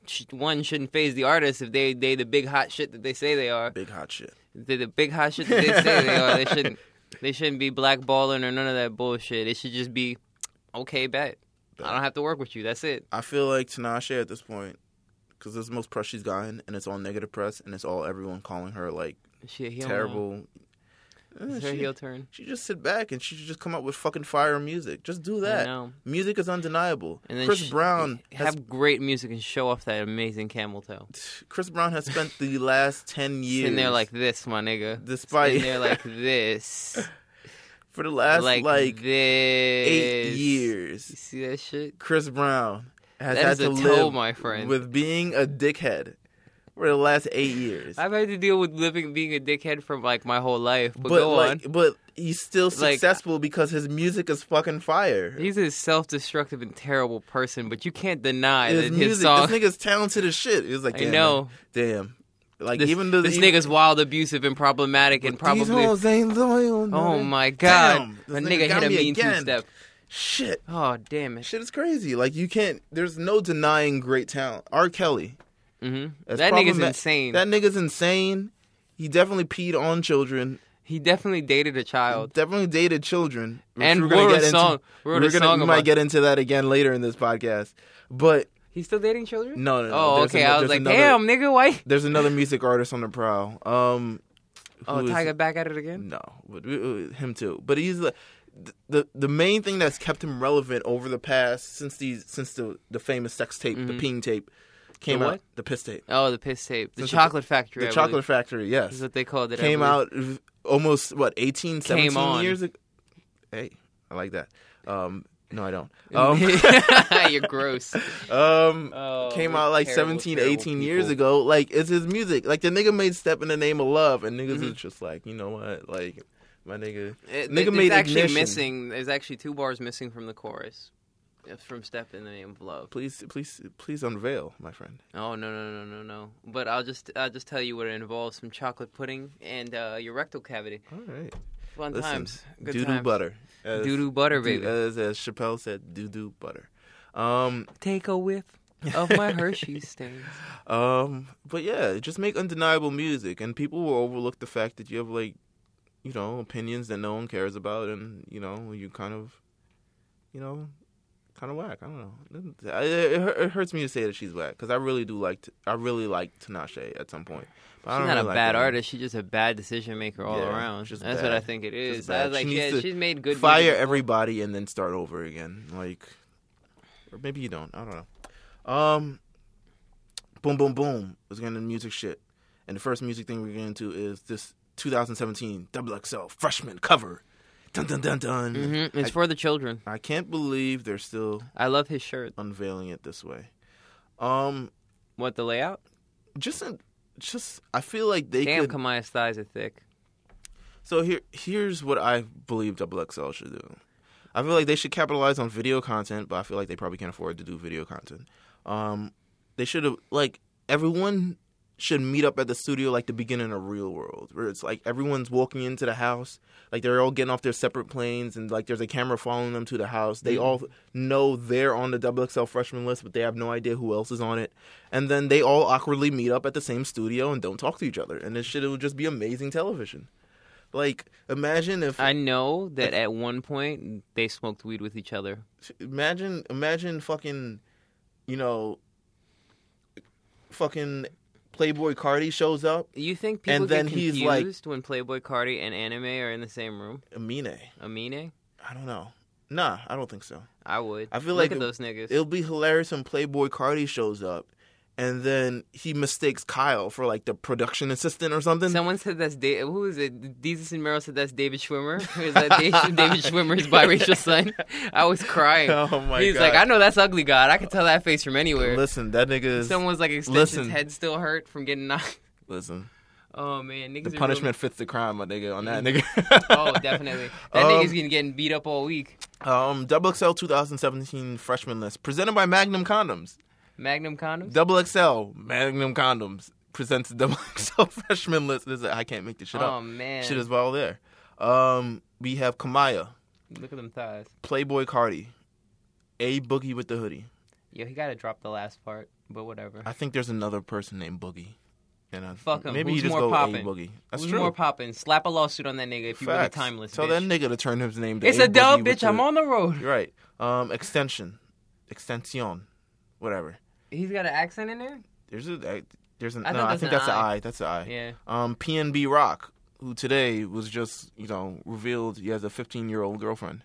Speaker 2: sh- one shouldn't phase the artist if they they the big hot shit that they say they are.
Speaker 1: Big hot shit.
Speaker 2: If They're the big hot shit that they say they are. They shouldn't they shouldn't be blackballing or none of that bullshit. It should just be okay, bet. I don't have to work with you. That's it.
Speaker 1: I feel like Tinashe at this point, because this is the most press she's gotten, and it's all negative press, and it's all everyone calling her like
Speaker 2: She a heel now.
Speaker 1: terrible. Eh,
Speaker 2: It's her
Speaker 1: she,
Speaker 2: heel turn.
Speaker 1: she just sit back and she should just come up with fucking fire music. Just do
Speaker 2: I
Speaker 1: that.
Speaker 2: know.
Speaker 1: Music is undeniable.
Speaker 2: And then
Speaker 1: Chris
Speaker 2: sh-
Speaker 1: Brown has
Speaker 2: have great music and show off that amazing camel toe.
Speaker 1: Chris Brown has spent the last ten years
Speaker 2: Sitting there like this, my nigga.
Speaker 1: despite
Speaker 2: Sitting there like this.
Speaker 1: for the last
Speaker 2: like,
Speaker 1: like,
Speaker 2: this.
Speaker 1: eight
Speaker 2: You
Speaker 1: years,
Speaker 2: see that shit?
Speaker 1: Chris Brown has
Speaker 2: That
Speaker 1: had
Speaker 2: is
Speaker 1: to
Speaker 2: a toe,
Speaker 1: live
Speaker 2: my friend.
Speaker 1: with being a dickhead for the last eight years.
Speaker 2: I've had to deal with living being a dickhead for like my whole life. But,
Speaker 1: but
Speaker 2: go
Speaker 1: like, but he's still
Speaker 2: Like-
Speaker 1: successful because his music is fucking fire.
Speaker 2: on. He's a self-destructive and terrible person, but you can't deny
Speaker 1: his
Speaker 2: that
Speaker 1: music,
Speaker 2: his song.
Speaker 1: this nigga's talented as shit. It's like,
Speaker 2: I
Speaker 1: damn,
Speaker 2: know.
Speaker 1: man, damn. Like
Speaker 2: this,
Speaker 1: even though
Speaker 2: this
Speaker 1: even,
Speaker 2: nigga's wild, abusive, and problematic, and
Speaker 1: These
Speaker 2: probably.
Speaker 1: hoes ain't loyal. no,
Speaker 2: Oh
Speaker 1: they-
Speaker 2: my god!
Speaker 1: Damn, this
Speaker 2: a
Speaker 1: nigga
Speaker 2: nigga,
Speaker 1: got
Speaker 2: hit a
Speaker 1: me
Speaker 2: mean
Speaker 1: again.
Speaker 2: two-step.
Speaker 1: Shit,
Speaker 2: Oh damn it!
Speaker 1: shit is crazy. Like you can't. There's no denying great talent. R. Kelly.
Speaker 2: hmm
Speaker 1: That's
Speaker 2: That nigga's
Speaker 1: problemat-
Speaker 2: insane.
Speaker 1: That nigga's insane. He definitely peed on children.
Speaker 2: He definitely dated a child.
Speaker 1: Definitely dated children. which
Speaker 2: And
Speaker 1: we're gonna
Speaker 2: wrote a
Speaker 1: get into-
Speaker 2: song- wrote
Speaker 1: we're
Speaker 2: a
Speaker 1: gonna,
Speaker 2: song
Speaker 1: we might
Speaker 2: about-
Speaker 1: get into that again later in this podcast. But
Speaker 2: He's still dating children?
Speaker 1: no, no, no.
Speaker 2: oh,
Speaker 1: There's
Speaker 2: okay.
Speaker 1: ano-
Speaker 2: I was
Speaker 1: there's
Speaker 2: like,
Speaker 1: another,
Speaker 2: damn, nigga, why?
Speaker 1: There's another music artist on the prowl. Um,
Speaker 2: Oh,
Speaker 1: who is-
Speaker 2: Tiger back at it again?
Speaker 1: No, but uh, him too. But he's the, the the main thing that's kept him relevant over the past since these since the the famous sex tape, the
Speaker 2: Mhm.
Speaker 1: peeing tape, came
Speaker 2: what?
Speaker 1: out. The piss tape,
Speaker 2: Oh, the piss tape, the
Speaker 1: Since the-
Speaker 2: chocolate factory,
Speaker 1: the
Speaker 2: I
Speaker 1: chocolate
Speaker 2: believe,
Speaker 1: factory. Yes,
Speaker 2: is what they called it. I
Speaker 1: came
Speaker 2: believe.
Speaker 1: out almost what 18
Speaker 2: Came
Speaker 1: 17
Speaker 2: on.
Speaker 1: years ago hey i like that um no i don't um,
Speaker 2: Oh, You're gross.
Speaker 1: um
Speaker 2: Oh,
Speaker 1: came
Speaker 2: we're
Speaker 1: out like
Speaker 2: terrible,
Speaker 1: 17
Speaker 2: terrible
Speaker 1: 18 years
Speaker 2: people.
Speaker 1: ago like it's his music like the nigga made step in the name of love and niggas
Speaker 2: Mhm.
Speaker 1: is just like you know what like my nigga
Speaker 2: It,
Speaker 1: Nigga
Speaker 2: it's
Speaker 1: made
Speaker 2: actually
Speaker 1: Ignition.
Speaker 2: missing. There's actually two bars missing from the chorus, It's from "Step in the Name of Love."
Speaker 1: please please please unveil my friend
Speaker 2: Oh no no no no no! But I'll just I'll just tell you what it involves: some chocolate pudding and uh, your rectal cavity.
Speaker 1: all right
Speaker 2: Fun
Speaker 1: Listen,
Speaker 2: times, good
Speaker 1: doo-doo
Speaker 2: times.
Speaker 1: butter uh, As-
Speaker 2: Doo-doo butter,
Speaker 1: do-
Speaker 2: baby.
Speaker 1: as, as chappelle said doo-doo butter um
Speaker 2: Take a whiff of my Hershey stains.
Speaker 1: Um, but yeah, just make undeniable music, and people will overlook the fact that you have like, you know, opinions that no one cares about, and you know, you kind of, you know, kind of whack. I don't know. I- It, hu- it hurts me to say that she's whack because I really do like, t- I really like Tinashe at some point. But I
Speaker 2: She's
Speaker 1: don't
Speaker 2: not
Speaker 1: really
Speaker 2: a
Speaker 1: like
Speaker 2: bad
Speaker 1: her.
Speaker 2: artist. She's just a bad decision maker all
Speaker 1: Yeah,
Speaker 2: around.
Speaker 1: just
Speaker 2: That's what I
Speaker 1: bad.
Speaker 2: think it
Speaker 1: Just
Speaker 2: is. I
Speaker 1: bad.
Speaker 2: was like,
Speaker 1: She needs
Speaker 2: yeah,
Speaker 1: to
Speaker 2: she's made good.
Speaker 1: Fire
Speaker 2: music.
Speaker 1: everybody and then start over again, like, or maybe you don't. I don't know. Um, boom, boom, boom. Let's get into the music shit. And the first music thing we're getting into is this 2017 XXL freshman cover. Dun dun dun dun.
Speaker 2: Mhm, It's for the children.
Speaker 1: I can't believe they're still
Speaker 2: I love his shirt.
Speaker 1: unveiling it this way. Um,
Speaker 2: What the layout?
Speaker 1: Just, in, just I feel like they
Speaker 2: Damn,
Speaker 1: could.
Speaker 2: Kamaya's thighs are thick.
Speaker 1: So here, here's what I believe Double XL should do. I feel like they should capitalize on video content, but I feel like they probably can't afford to do video content. Um, they should have like everyone should meet up at the studio like the beginning of Real World, where it's like everyone's walking into the house, like they're all getting off their separate planes, and like there's a camera following them to the house. They all know they're on the Double XL freshman list, but they have no idea who else is on it. And then they all awkwardly meet up at the same studio and don't talk to each other. And this shit it would just be amazing television. Like imagine if
Speaker 2: I know that at one point they smoked weed with each other.
Speaker 1: imagine imagine fucking you know fucking Playboy Cardi shows up,
Speaker 2: You think people
Speaker 1: And
Speaker 2: get
Speaker 1: then
Speaker 2: confused
Speaker 1: he's like-
Speaker 2: when Playboy Cardi and anime are in the same room?
Speaker 1: Amine.
Speaker 2: Amine?
Speaker 1: I don't know. Nah, I don't think so.
Speaker 2: I would.
Speaker 1: I feel
Speaker 2: Look
Speaker 1: like
Speaker 2: at
Speaker 1: it-
Speaker 2: those niggas.
Speaker 1: It'll be hilarious when Playboy Cardi shows up and then he mistakes Kyle for like the production assistant or something.
Speaker 2: Someone said that's da- who is it? Jesus and Meryl said that's David Schwimmer. Is that David, David Schwimmer's biracial son? I was crying.
Speaker 1: Oh my
Speaker 2: He's
Speaker 1: God.
Speaker 2: like, I know that's ugly, God. I can tell that face from anywhere.
Speaker 1: Listen, that nigga is
Speaker 2: Someone's like extension's
Speaker 1: listen.
Speaker 2: head still hurt from getting knocked.
Speaker 1: listen.
Speaker 2: Oh man, niggas
Speaker 1: The
Speaker 2: are real-
Speaker 1: punishment fits the crime, my nigga, on that nigga.
Speaker 2: Oh, definitely. That
Speaker 1: Um,
Speaker 2: nigga's been getting beat up all week.
Speaker 1: Um, Double XL 2017 freshman list presented by Magnum Condoms.
Speaker 2: Magnum condoms.
Speaker 1: Double XL Magnum Condoms presents Double XL freshman list. This is, I can't make this shit
Speaker 2: oh
Speaker 1: up.
Speaker 2: man,
Speaker 1: Shit is well there. Um, we have Kamaya,
Speaker 2: look at them thighs.
Speaker 1: Playboy Cardi, A Boogie with the hoodie.
Speaker 2: Yo, he gotta drop the last part, but whatever.
Speaker 1: I think there's another person named Boogie. And I,
Speaker 2: Fuck him.
Speaker 1: Maybe
Speaker 2: Who's
Speaker 1: you just go
Speaker 2: more poppin'?
Speaker 1: A Boogie. That's
Speaker 2: Who's
Speaker 1: true.
Speaker 2: more popping? Slap a lawsuit on that nigga if you really
Speaker 1: Facts.
Speaker 2: timeless.
Speaker 1: Tell
Speaker 2: bitch.
Speaker 1: that nigga to turn his name. To
Speaker 2: it's a dub,
Speaker 1: Boogie with
Speaker 2: bitch. I'm
Speaker 1: the-
Speaker 2: on the road.
Speaker 1: You're right. Um, extension, extension, whatever.
Speaker 2: He's got an accent in there.
Speaker 1: There's a I- there's an
Speaker 2: I
Speaker 1: no.
Speaker 2: thought
Speaker 1: I
Speaker 2: that's
Speaker 1: think
Speaker 2: an
Speaker 1: that's an
Speaker 2: I.
Speaker 1: I. That's an I.
Speaker 2: Yeah.
Speaker 1: um, PNB Rock, who today was just, you know, revealed he has a 15 year old girlfriend.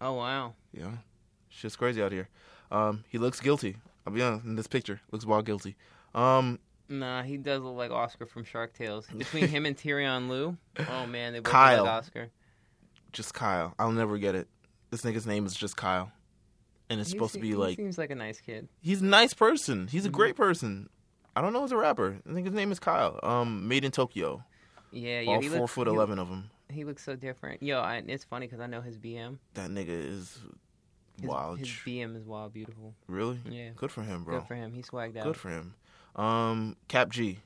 Speaker 2: Oh wow.
Speaker 1: Yeah. Shit's crazy out here. Um, he looks guilty. I'll be honest, in this picture, looks wild guilty. Um,
Speaker 2: Nah, he does look like Oscar from Shark Tales. Between him and Tyrion Lou, oh man, they both
Speaker 1: Kyle.
Speaker 2: look like Oscar.
Speaker 1: just Kyle. I'll never get it. This nigga's name is just Kyle. And it's
Speaker 2: He
Speaker 1: supposed to
Speaker 2: se-
Speaker 1: be
Speaker 2: he
Speaker 1: like,
Speaker 2: seems like a nice kid.
Speaker 1: he's a nice person. He's a
Speaker 2: Mhm.
Speaker 1: great person. I don't know, he's a rapper. I think his name is Kyle. Um, made in Tokyo.
Speaker 2: Yeah, yeah.
Speaker 1: All
Speaker 2: he
Speaker 1: four
Speaker 2: looks,
Speaker 1: foot
Speaker 2: he-
Speaker 1: eleven of them.
Speaker 2: He, looks so different. Yo, I, it's funny because I know his BM.
Speaker 1: That nigga is
Speaker 2: His,
Speaker 1: wild.
Speaker 2: His BM is wild, beautiful.
Speaker 1: really?
Speaker 2: Yeah,
Speaker 1: Good for him, bro.
Speaker 2: good for him. He swagged out.
Speaker 1: Good for him. Um, Cap G.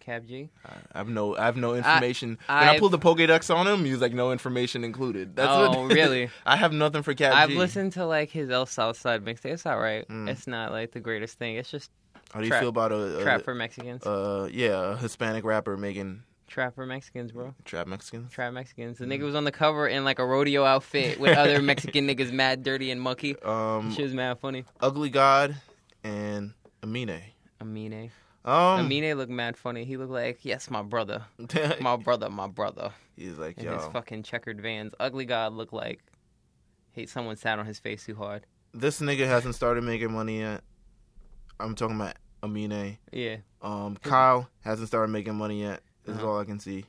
Speaker 2: Cab G.
Speaker 1: I have no, I have no information. when I
Speaker 2: I've-
Speaker 1: pulled the Pokedex on him, he was like, "No information included." That's
Speaker 2: oh
Speaker 1: what,
Speaker 2: really?
Speaker 1: I have nothing for Cap
Speaker 2: I've
Speaker 1: G.
Speaker 2: listened to like his El Southside mixtape. It's all right.
Speaker 1: Mm.
Speaker 2: It's not like the greatest thing. It's just
Speaker 1: How do you
Speaker 2: Trap-
Speaker 1: feel about a, a
Speaker 2: trap for Mexicans.
Speaker 1: uh, yeah, a Hispanic rapper making
Speaker 2: trap for Mexicans, bro.
Speaker 1: trap Mexicans?
Speaker 2: Trap Mexicans. The
Speaker 1: mm.
Speaker 2: nigga was on the cover in like a rodeo outfit with other Mexican niggas, mad dirty and monkey.
Speaker 1: Um,
Speaker 2: She was mad funny.
Speaker 1: Ugly God and Amine.
Speaker 2: Amine.
Speaker 1: Um,
Speaker 2: Amine looked mad funny. He looked like, yes, my brother,
Speaker 1: Amine.
Speaker 2: my brother, my brother.
Speaker 1: he's like,
Speaker 2: In his
Speaker 1: yo,
Speaker 2: fucking checkered vans. Ugly God looked like he someone sat on his face too hard.
Speaker 1: this nigga hasn't started making money yet. I'm talking about Amine.
Speaker 2: Yeah.
Speaker 1: Um, Kyle hasn't started making money yet. This is
Speaker 2: Uh-huh.
Speaker 1: all I can see.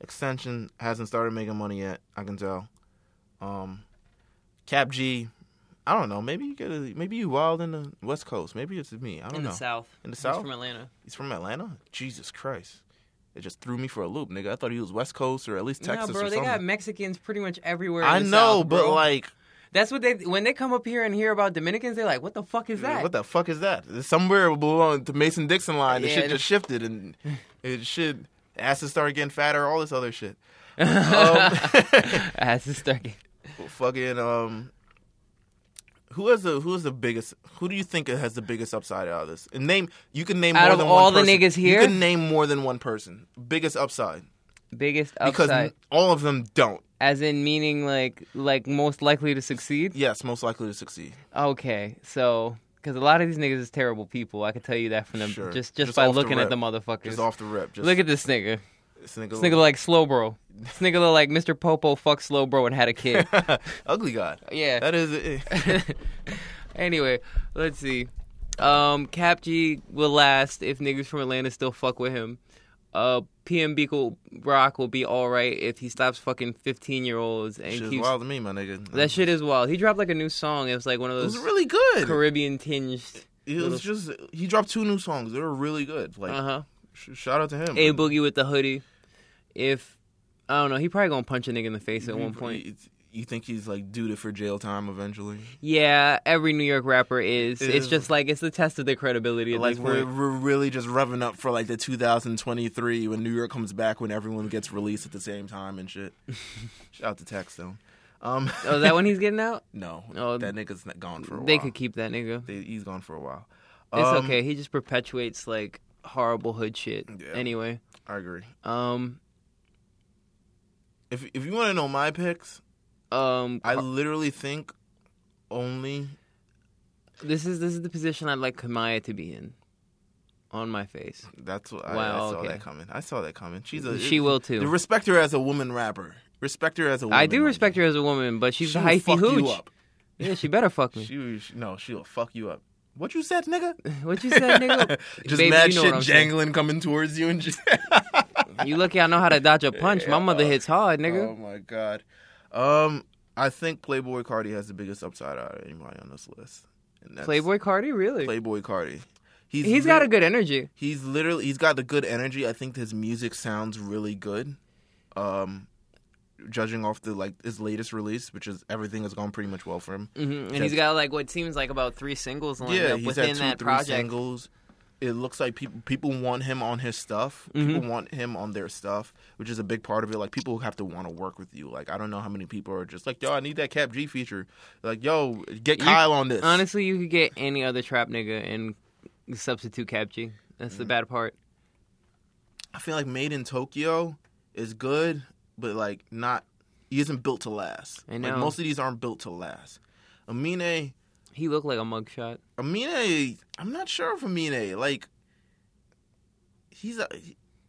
Speaker 1: Extension hasn't started making money yet. I can tell. Um, Cap G, I don't know. Maybe you get a, maybe you wild in the West Coast. Maybe it's me. I don't
Speaker 2: In
Speaker 1: know.
Speaker 2: the South.
Speaker 1: In the
Speaker 2: He's
Speaker 1: South?
Speaker 2: from Atlanta.
Speaker 1: He's from Atlanta. Jesus Christ! It just threw me for a loop, nigga. I thought he was West Coast or at least Texas
Speaker 2: no, bro,
Speaker 1: or
Speaker 2: they
Speaker 1: something.
Speaker 2: got Mexicans pretty much everywhere. In
Speaker 1: I
Speaker 2: the
Speaker 1: know,
Speaker 2: South,
Speaker 1: but
Speaker 2: bro.
Speaker 1: like,
Speaker 2: that's what they when they come up here and hear about Dominicans, they're like, "What the fuck is that?"
Speaker 1: what the fuck is that? It's Somewhere along the Mason Dixon line, the
Speaker 2: Yeah,
Speaker 1: shit
Speaker 2: it-
Speaker 1: just shifted and it shit asses started getting fatter. All this other shit. Um,
Speaker 2: As it's starting.
Speaker 1: fucking um who has the who is the biggest who do you think has the biggest upside out of this? And name you can name
Speaker 2: Out
Speaker 1: more
Speaker 2: of
Speaker 1: than
Speaker 2: all
Speaker 1: one
Speaker 2: the
Speaker 1: person.
Speaker 2: niggas here?
Speaker 1: You can name more than one person. Biggest upside.
Speaker 2: biggest
Speaker 1: Because
Speaker 2: upside
Speaker 1: n- all of them don't.
Speaker 2: as in meaning like like most likely to succeed
Speaker 1: Yes, most likely to succeed.
Speaker 2: okay so because a lot of these niggas is terrible people i can tell you that from them
Speaker 1: Sure.
Speaker 2: just, just
Speaker 1: Just
Speaker 2: by
Speaker 1: off the
Speaker 2: looking at
Speaker 1: rip.
Speaker 2: the motherfuckers
Speaker 1: Just off the rip. Just
Speaker 2: look at this nigga
Speaker 1: this nigga,
Speaker 2: this nigga look like slow bro this nigga look like mr popo fucked slow bro and had a kid
Speaker 1: ugly god.
Speaker 2: yeah
Speaker 1: That is it.
Speaker 2: anyway let's see um cap g will last if niggas from atlanta still fuck with him uh pmb will rock will be all right if he stops fucking 15 year olds and
Speaker 1: Shit's
Speaker 2: keeps
Speaker 1: wild to me, my nigga.
Speaker 2: That shit is wild. He dropped like a new song. It was like one of
Speaker 1: it
Speaker 2: those
Speaker 1: was really good.
Speaker 2: Caribbean tinged.
Speaker 1: It was just he dropped two new songs. They were really good. Like mm-hmm.
Speaker 2: Uh huh.
Speaker 1: sh- shout out to him.
Speaker 2: A boogie with the hoodie. If I don't know, he probably gonna punch a nigga in the face
Speaker 1: Mm-hmm.
Speaker 2: at one point.
Speaker 1: You, you think he's like due to for jail time eventually?
Speaker 2: Yeah, every New York rapper is.
Speaker 1: It
Speaker 2: It's
Speaker 1: is.
Speaker 2: just like it's the test of their credibility at
Speaker 1: Like
Speaker 2: this
Speaker 1: we're
Speaker 2: point.
Speaker 1: we're really just revving up for like the 2023 when New York comes back when everyone gets released at the same time and shit. shout out to Tax Stone. Um,
Speaker 2: Oh, is that when he's getting out?
Speaker 1: no,
Speaker 2: Oh,
Speaker 1: that nigga's not gone for a
Speaker 2: They
Speaker 1: while.
Speaker 2: could keep that nigga.
Speaker 1: They, he's gone for a while.
Speaker 2: It's
Speaker 1: Um,
Speaker 2: okay. He just perpetuates like horrible hood shit.
Speaker 1: Yeah.
Speaker 2: Anyway,
Speaker 1: I agree.
Speaker 2: um,
Speaker 1: If if you want to know my picks,
Speaker 2: um,
Speaker 1: I literally think only
Speaker 2: this is this is the position I'd like Kamaya to be in. On my face,
Speaker 1: that's what I, I
Speaker 2: Wow,
Speaker 1: saw
Speaker 2: okay.
Speaker 1: that coming. I saw that coming. She's a
Speaker 2: she will too.
Speaker 1: Respect her as a woman rapper. Respect her as a woman.
Speaker 2: I do respect her as a woman, but she's
Speaker 1: she
Speaker 2: a
Speaker 1: will
Speaker 2: hyphy
Speaker 1: fuck
Speaker 2: hooch.
Speaker 1: you up.
Speaker 2: Yeah, she better fuck me.
Speaker 1: She, will- she no, she'll fuck you up. What you said, nigga?
Speaker 2: What you said, nigga?
Speaker 1: just
Speaker 2: Baby,
Speaker 1: mad
Speaker 2: you know what
Speaker 1: shit
Speaker 2: I'm saying.
Speaker 1: jangling coming towards you and just.
Speaker 2: You lucky I know how to dodge a punch. My mother
Speaker 1: Yeah.
Speaker 2: hits hard,
Speaker 1: oh
Speaker 2: nigga.
Speaker 1: my god. Um, I think Playboy Cardi has the biggest upside out of anybody on this list. And that's
Speaker 2: Playboy Cardi, really?
Speaker 1: Playboy Cardi. He's
Speaker 2: He's
Speaker 1: lit-
Speaker 2: got a good energy.
Speaker 1: He's literally he's got the good energy. I think his music sounds really good. Um judging off the like his latest release, which is everything has gone pretty much well for him.
Speaker 2: hmm And
Speaker 1: That's-
Speaker 2: he's got like what seems like about three singles lined
Speaker 1: Yeah,
Speaker 2: up
Speaker 1: he's
Speaker 2: within
Speaker 1: had two,
Speaker 2: that
Speaker 1: three
Speaker 2: project.
Speaker 1: singles. It looks like people people want him on his stuff.
Speaker 2: Mm-hmm.
Speaker 1: People want him on their stuff, which is a big part of it. Like people have to want to work with you. Like I don't know how many people are just like, yo, I need that Cap G feature. Like, yo, get
Speaker 2: You-
Speaker 1: Kyle on this.
Speaker 2: Honestly, you could get any other trap nigga and substitute Cap G. That's
Speaker 1: Mm-hmm.
Speaker 2: the bad part.
Speaker 1: I feel like Made in Tokyo is good, but like not. He isn't built to last.
Speaker 2: I
Speaker 1: Like
Speaker 2: know.
Speaker 1: most of these aren't built to last. Amine,
Speaker 2: He looked like a mugshot.
Speaker 1: Amine, I'm not sure if Amine like. He's a,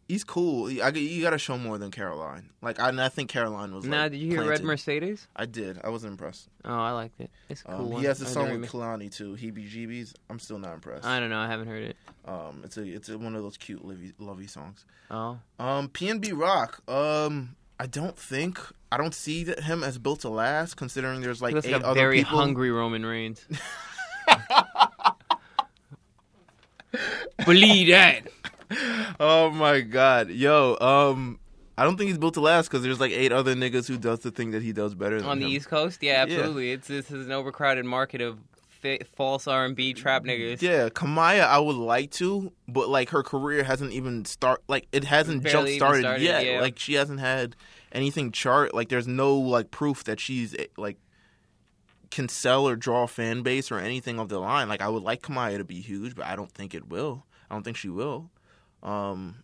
Speaker 1: he's cool. I, you got to show more than Caroline. Like I, and I think Caroline was.
Speaker 2: Now,
Speaker 1: like,
Speaker 2: did you hear Red
Speaker 1: planted.
Speaker 2: Mercedes?
Speaker 1: I did. I wasn't impressed.
Speaker 2: Oh, I liked it. It's a cool
Speaker 1: Um,
Speaker 2: one.
Speaker 1: he has a
Speaker 2: I
Speaker 1: song
Speaker 2: never
Speaker 1: with
Speaker 2: mi-
Speaker 1: Kalani too. Heebie Jeebies. I'm still not impressed.
Speaker 2: I don't know. I haven't heard it.
Speaker 1: Um, it's a it's a, one of those cute lovey, lovey songs.
Speaker 2: Oh,
Speaker 1: Um, PNB Rock. Um, I don't think I don't see that him as built to last, considering there's
Speaker 2: he
Speaker 1: like
Speaker 2: looks
Speaker 1: eight
Speaker 2: like a
Speaker 1: other
Speaker 2: very
Speaker 1: people.
Speaker 2: hungry Roman Reigns. Believe that.
Speaker 1: Oh my god, yo. Um, I don't think he's built to last because there's like eight other niggas who does the thing that he does better than
Speaker 2: On the
Speaker 1: him.
Speaker 2: East Coast, yeah, absolutely. It's this is an overcrowded market of fa- false R and B trap niggas.
Speaker 1: Yeah, Kamaya, I would like to, but like her career hasn't even start like it hasn't jump
Speaker 2: Barely even
Speaker 1: started
Speaker 2: started,
Speaker 1: yet.
Speaker 2: yeah.
Speaker 1: Like she hasn't had anything chart. Like there's no like proof that she's eh, like can sell or draw a fan base or anything of the line. Like I would like Kamaya to be huge, but I don't think it will. I don't think she will. Um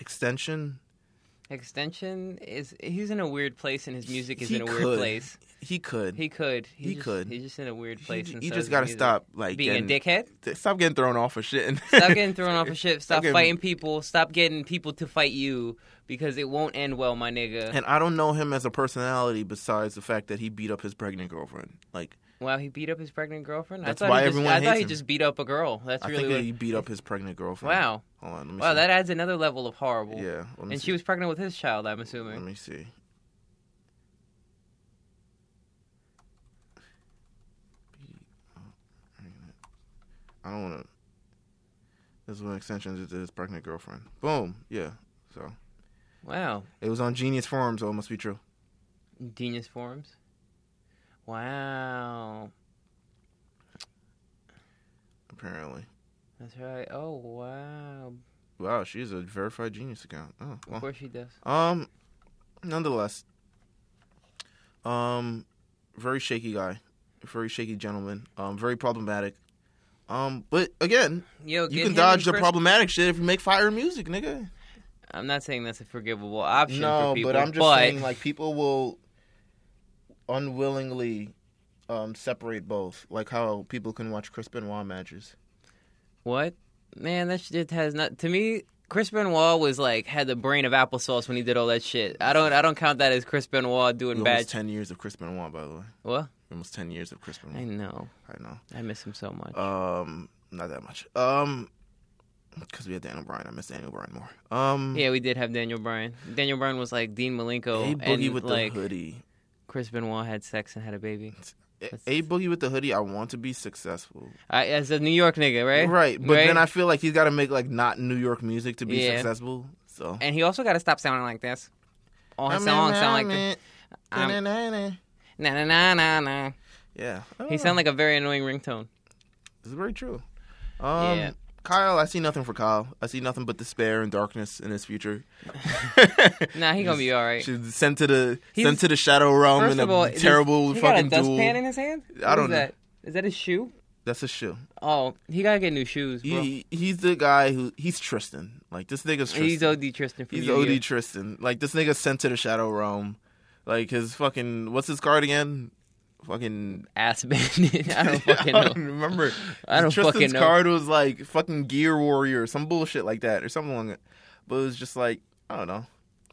Speaker 1: Extension,
Speaker 2: Extension is he's in a weird place, and his music is
Speaker 1: He
Speaker 2: in a weird
Speaker 1: could.
Speaker 2: place.
Speaker 1: he could.
Speaker 2: He could. He,
Speaker 1: He
Speaker 2: just-
Speaker 1: could.
Speaker 2: He's just in a weird
Speaker 1: He-
Speaker 2: place. and
Speaker 1: you
Speaker 2: so
Speaker 1: just
Speaker 2: is his
Speaker 1: gotta
Speaker 2: music.
Speaker 1: stop like
Speaker 2: being a
Speaker 1: getting,
Speaker 2: dickhead.
Speaker 1: Stop getting thrown off of shit. and-
Speaker 2: Stop getting thrown off of shit. Stop
Speaker 1: getting-
Speaker 2: fighting people. Stop getting people to fight you because it won't end well, my nigga.
Speaker 1: And I don't know him as a personality besides the fact that he beat up his pregnant girlfriend. Like
Speaker 2: Wow, he beat up his pregnant girlfriend.
Speaker 1: That's
Speaker 2: I thought
Speaker 1: why
Speaker 2: he just,
Speaker 1: everyone
Speaker 2: I thought
Speaker 1: hates
Speaker 2: he
Speaker 1: him.
Speaker 2: just beat up a girl. That's
Speaker 1: I
Speaker 2: really
Speaker 1: think
Speaker 2: what,
Speaker 1: he beat up his pregnant girlfriend.
Speaker 2: wow.
Speaker 1: Hold on, let me
Speaker 2: Wow,
Speaker 1: see.
Speaker 2: that adds another level of horrible.
Speaker 1: yeah. Mm. Let me
Speaker 2: And
Speaker 1: see.
Speaker 2: she was pregnant with his child, I'm
Speaker 1: Let
Speaker 2: assuming.
Speaker 1: me see. I don't want to. This is when extensions did to his pregnant girlfriend. Boom. Yeah. So
Speaker 2: Wow.
Speaker 1: it was on Genius Forum, so it must be true.
Speaker 2: Genius forms. Wow.
Speaker 1: Apparently.
Speaker 2: That's right. Oh wow.
Speaker 1: Wow, she's a verified Genius account. Oh,
Speaker 2: Of
Speaker 1: well.
Speaker 2: course she does.
Speaker 1: Um, nonetheless, um, very shaky guy, very shaky gentleman, um, very problematic. Um, but again,
Speaker 2: Yo,
Speaker 1: you
Speaker 2: get
Speaker 1: can
Speaker 2: him
Speaker 1: dodge
Speaker 2: in
Speaker 1: the
Speaker 2: pres-
Speaker 1: problematic shit if you make fire music, nigga.
Speaker 2: I'm not saying that's a forgivable option
Speaker 1: No,
Speaker 2: for people.
Speaker 1: but I'm just saying, like, people will unwillingly um separate both, like how people can watch Chris Benoit matches.
Speaker 2: What? Man, that shit has not to me. Chris Benoit was like had the brain of applesauce when he did all that shit. I don't I don't count that as Chris Benoit doing bad
Speaker 1: Almost
Speaker 2: shit.
Speaker 1: ten years of Chris Benoit, by the way.
Speaker 2: What?
Speaker 1: Almost ten years of Chris
Speaker 2: I
Speaker 1: Benoit.
Speaker 2: know.
Speaker 1: I know.
Speaker 2: I miss him so much.
Speaker 1: Um, not that much. Um, because we had Daniel Bryan. I miss Daniel Bryan more. Um,
Speaker 2: yeah, we did have Daniel Bryan. Daniel Bryan was like Dean Malenko
Speaker 1: Hey, Boogie
Speaker 2: and
Speaker 1: with
Speaker 2: like
Speaker 1: the hoodie.
Speaker 2: Chris Benoit had sex and had a baby.
Speaker 1: A Boogie with the hoodie, I want to be successful.
Speaker 2: I, as a New York nigga, right?
Speaker 1: Right. But then I feel like he's got to make like not New York music to be
Speaker 2: Yeah.
Speaker 1: successful. So.
Speaker 2: and he also got to stop sounding like this. All his
Speaker 1: I'm
Speaker 2: songs
Speaker 1: in
Speaker 2: sound like um, this.
Speaker 1: it.
Speaker 2: I'm-
Speaker 1: Na-na-na-na.
Speaker 2: Na na na na na.
Speaker 1: Yeah.
Speaker 2: He sounds like a very annoying ringtone.
Speaker 1: It's very true. Um,
Speaker 2: Yeah.
Speaker 1: Kyle, I see nothing for Kyle. I see nothing but despair and darkness in his future.
Speaker 2: Nah, he gonna be all right.
Speaker 1: Should sent to the
Speaker 2: He's-
Speaker 1: sent to the shadow realm
Speaker 2: First
Speaker 1: in
Speaker 2: of all,
Speaker 1: a
Speaker 2: this-
Speaker 1: terrible
Speaker 2: he
Speaker 1: fucking
Speaker 2: got a
Speaker 1: duel.
Speaker 2: dustpan in his hand. What
Speaker 1: I don't
Speaker 2: is
Speaker 1: know.
Speaker 2: That? Is that his shoe?
Speaker 1: That's a shoe.
Speaker 2: Oh, he gotta get new shoes, bro.
Speaker 1: He, he's the guy who he's Tristan. Like this nigga's Tristan.
Speaker 2: He's OD Tristan. From
Speaker 1: He's
Speaker 2: Yu-Gi-Oh.
Speaker 1: OD Tristan. Like this nigga sent to the shadow realm. Like his fucking what's his card again? Fucking
Speaker 2: ass bandit. I don't fucking
Speaker 1: I
Speaker 2: know.
Speaker 1: don't remember.
Speaker 2: I don't
Speaker 1: Tristan's
Speaker 2: fucking know.
Speaker 1: card was like fucking Gear Warrior or some bullshit like that or something like that. But it was just like I don't know.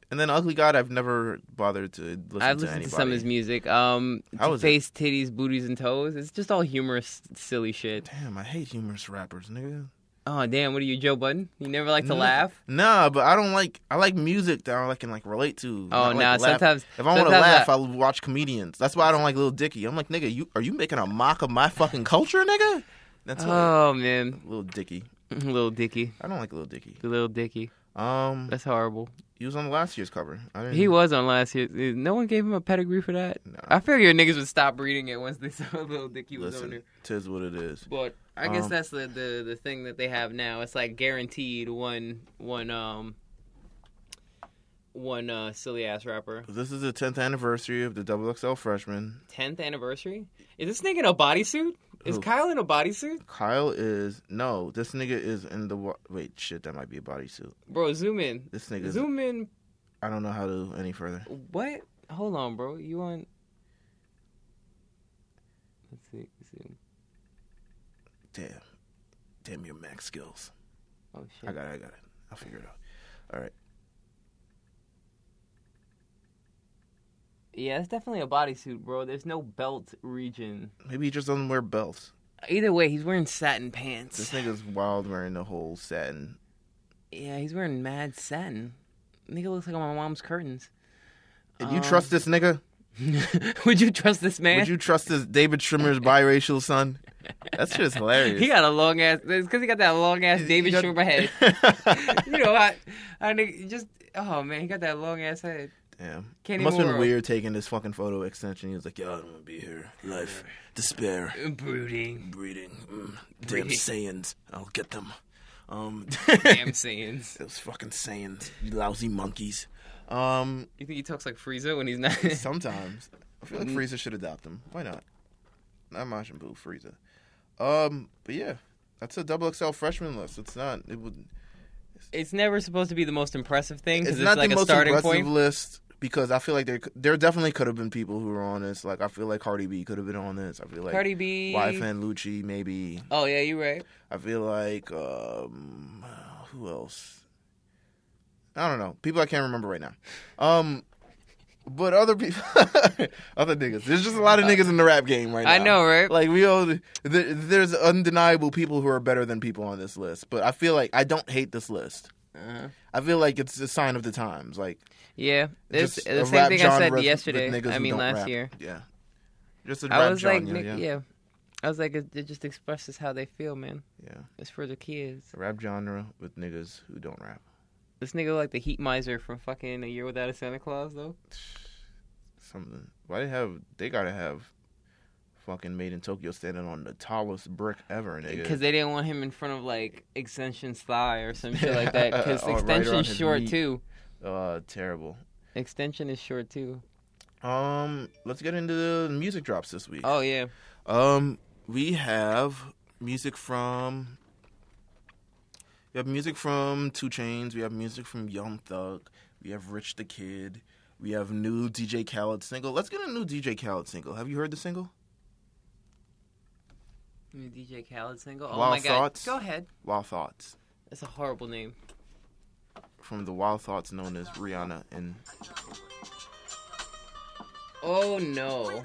Speaker 1: And then Ugly God, I've never bothered to listen
Speaker 2: I've
Speaker 1: to
Speaker 2: listened
Speaker 1: anybody.
Speaker 2: to some of his music. Um,
Speaker 1: How is it?
Speaker 2: face, titties, booties, and toes. It's just all humorous, silly shit.
Speaker 1: Damn, I hate humorous rappers, nigga.
Speaker 2: Oh damn! What are you, Joe Budden? You never like to
Speaker 1: No.
Speaker 2: laugh.
Speaker 1: Nah, but I don't like. I like music that I like, can like relate to.
Speaker 2: Oh,
Speaker 1: Not, like,
Speaker 2: nah,
Speaker 1: laugh.
Speaker 2: sometimes-
Speaker 1: if I want to
Speaker 2: sometimes
Speaker 1: laugh,
Speaker 2: I-
Speaker 1: I'll watch comedians. That's why I don't like Lil Dicky. I'm like, nigga, you are you making a mock of my fucking culture, nigga? That's why
Speaker 2: Oh man,
Speaker 1: Lil Dicky.
Speaker 2: little Dicky,
Speaker 1: I don't like Lil Dicky.
Speaker 2: little Dicky.
Speaker 1: Um,
Speaker 2: That's horrible.
Speaker 1: he was on last year's cover. I didn't,
Speaker 2: He was on last year. No one gave him a pedigree for that.
Speaker 1: Nah.
Speaker 2: I figure niggas would stop reading it once they saw little Dicky was on there.
Speaker 1: Listen, tis what it is.
Speaker 2: But I guess
Speaker 1: Um,
Speaker 2: that's the, the the thing that they have now. It's like guaranteed one one um one uh silly ass rapper.
Speaker 1: This is the 10th anniversary of the Double XL freshman.
Speaker 2: Tenth anniversary? Is this nigga in a bodysuit? Is
Speaker 1: Who?
Speaker 2: Kyle in a bodysuit?
Speaker 1: Kyle is no. This nigga is in the wa- wait. Shit, that might be a bodysuit.
Speaker 2: Bro, zoom in.
Speaker 1: This nigga. is-
Speaker 2: Zoom in
Speaker 1: I don't know how to any further.
Speaker 2: what? Hold on, bro. You on Let's see. zoom.
Speaker 1: Damn. Damn your max skills.
Speaker 2: Oh
Speaker 1: I
Speaker 2: shit.
Speaker 1: got it. I got it. I'll figure it out.
Speaker 2: Yeah, it's definitely a bodysuit, bro. There's no belt region.
Speaker 1: Maybe he just doesn't wear belts.
Speaker 2: Either way, he's wearing satin
Speaker 1: This
Speaker 2: pants.
Speaker 1: nigga's wild wearing the whole satin.
Speaker 2: Yeah, he's wearing mad satin. Nigga looks like my mom's curtains.
Speaker 1: If you trust this nigga,
Speaker 2: Would you trust this man?
Speaker 1: would you trust this David Trimmer's biracial son? That's just hilarious.
Speaker 2: He got a long ass. It's because he got that long ass David
Speaker 1: He got-
Speaker 2: Schumer head. you know, I, I nigga, just oh man, he got that long ass head.
Speaker 1: Damn.
Speaker 2: Kenny
Speaker 1: must have been
Speaker 2: Moore.
Speaker 1: weird taking this fucking photo extension. He was like, "Yo, I don't want to be here. Life, despair,
Speaker 2: Brooding,
Speaker 1: breeding, mm, damn
Speaker 2: Breeding.
Speaker 1: Saiyans. I'll get them." Um,
Speaker 2: damn sayings.
Speaker 1: those fucking Saiyans, you lousy monkeys. Um,
Speaker 2: You think he talks like Frieza when he's not?
Speaker 1: sometimes I feel like Frieza should adopt them. Why not? Not Majin Buu, Frieza. Um, but yeah, that's a double XL freshman list. It's not. It would.
Speaker 2: it's never supposed to be the most impressive thing
Speaker 1: It's,
Speaker 2: because it's,
Speaker 1: not
Speaker 2: like
Speaker 1: the
Speaker 2: a
Speaker 1: most
Speaker 2: starting
Speaker 1: impressive
Speaker 2: point.
Speaker 1: list because I feel like there c- there definitely could have been people who were on this. Like I feel like Cardi B could have been on this. I feel like
Speaker 2: Cardi B.
Speaker 1: Wife and Lucci, maybe.
Speaker 2: Oh yeah, you're right.
Speaker 1: I feel like um who else? I don't know. People I can't remember right now. Um but other people other niggas. There's just a lot of niggas in the rap game right now.
Speaker 2: I know, right?
Speaker 1: Like we all th- there's undeniable people who are better than people on this list, but I feel like I don't hate this list.
Speaker 2: Uh,
Speaker 1: I feel like it's a sign of the times. Like
Speaker 2: yeah, it's
Speaker 1: just
Speaker 2: the
Speaker 1: a
Speaker 2: same
Speaker 1: rap
Speaker 2: thing I
Speaker 1: genre
Speaker 2: said
Speaker 1: with
Speaker 2: yesterday.
Speaker 1: niggas
Speaker 2: I
Speaker 1: who
Speaker 2: mean
Speaker 1: don't
Speaker 2: last
Speaker 1: rap.
Speaker 2: year.
Speaker 1: Yeah. Just a rap
Speaker 2: I was like,
Speaker 1: genre,
Speaker 2: Nick,
Speaker 1: yeah.
Speaker 2: yeah. I was like, it, it just expresses how they feel, man.
Speaker 1: Yeah.
Speaker 2: It's for the kids.
Speaker 1: A rap genre with niggas who don't rap.
Speaker 2: This nigga look like the heat miser from fucking A Year Without a Santa Claus, though.
Speaker 1: something. Why they have? They gotta have fucking made in Tokyo standing on the tallest brick ever, nigga.
Speaker 2: Because they didn't want him in front of like Extension's thigh or some shit like that. Because
Speaker 1: Or right
Speaker 2: Extension's
Speaker 1: on his
Speaker 2: short
Speaker 1: knee.
Speaker 2: too.
Speaker 1: uh, terrible.
Speaker 2: Extension is short too.
Speaker 1: Um, let's get into the music drops this week.
Speaker 2: Oh yeah,
Speaker 1: Um, we have music from. We have music from Two Chains. We have music from Young Thug. We have Rich the Kid. We have new DJ Khaled single. Let's get a new DJ Khaled single. Have you heard the single?
Speaker 2: New DJ Khaled single. Oh
Speaker 1: Wild
Speaker 2: my god,
Speaker 1: Thoughts.
Speaker 2: go ahead.
Speaker 1: Wild Thoughts
Speaker 2: That's a horrible name.
Speaker 1: from the Wild Thoughts, known as Rihanna and
Speaker 2: Oh no,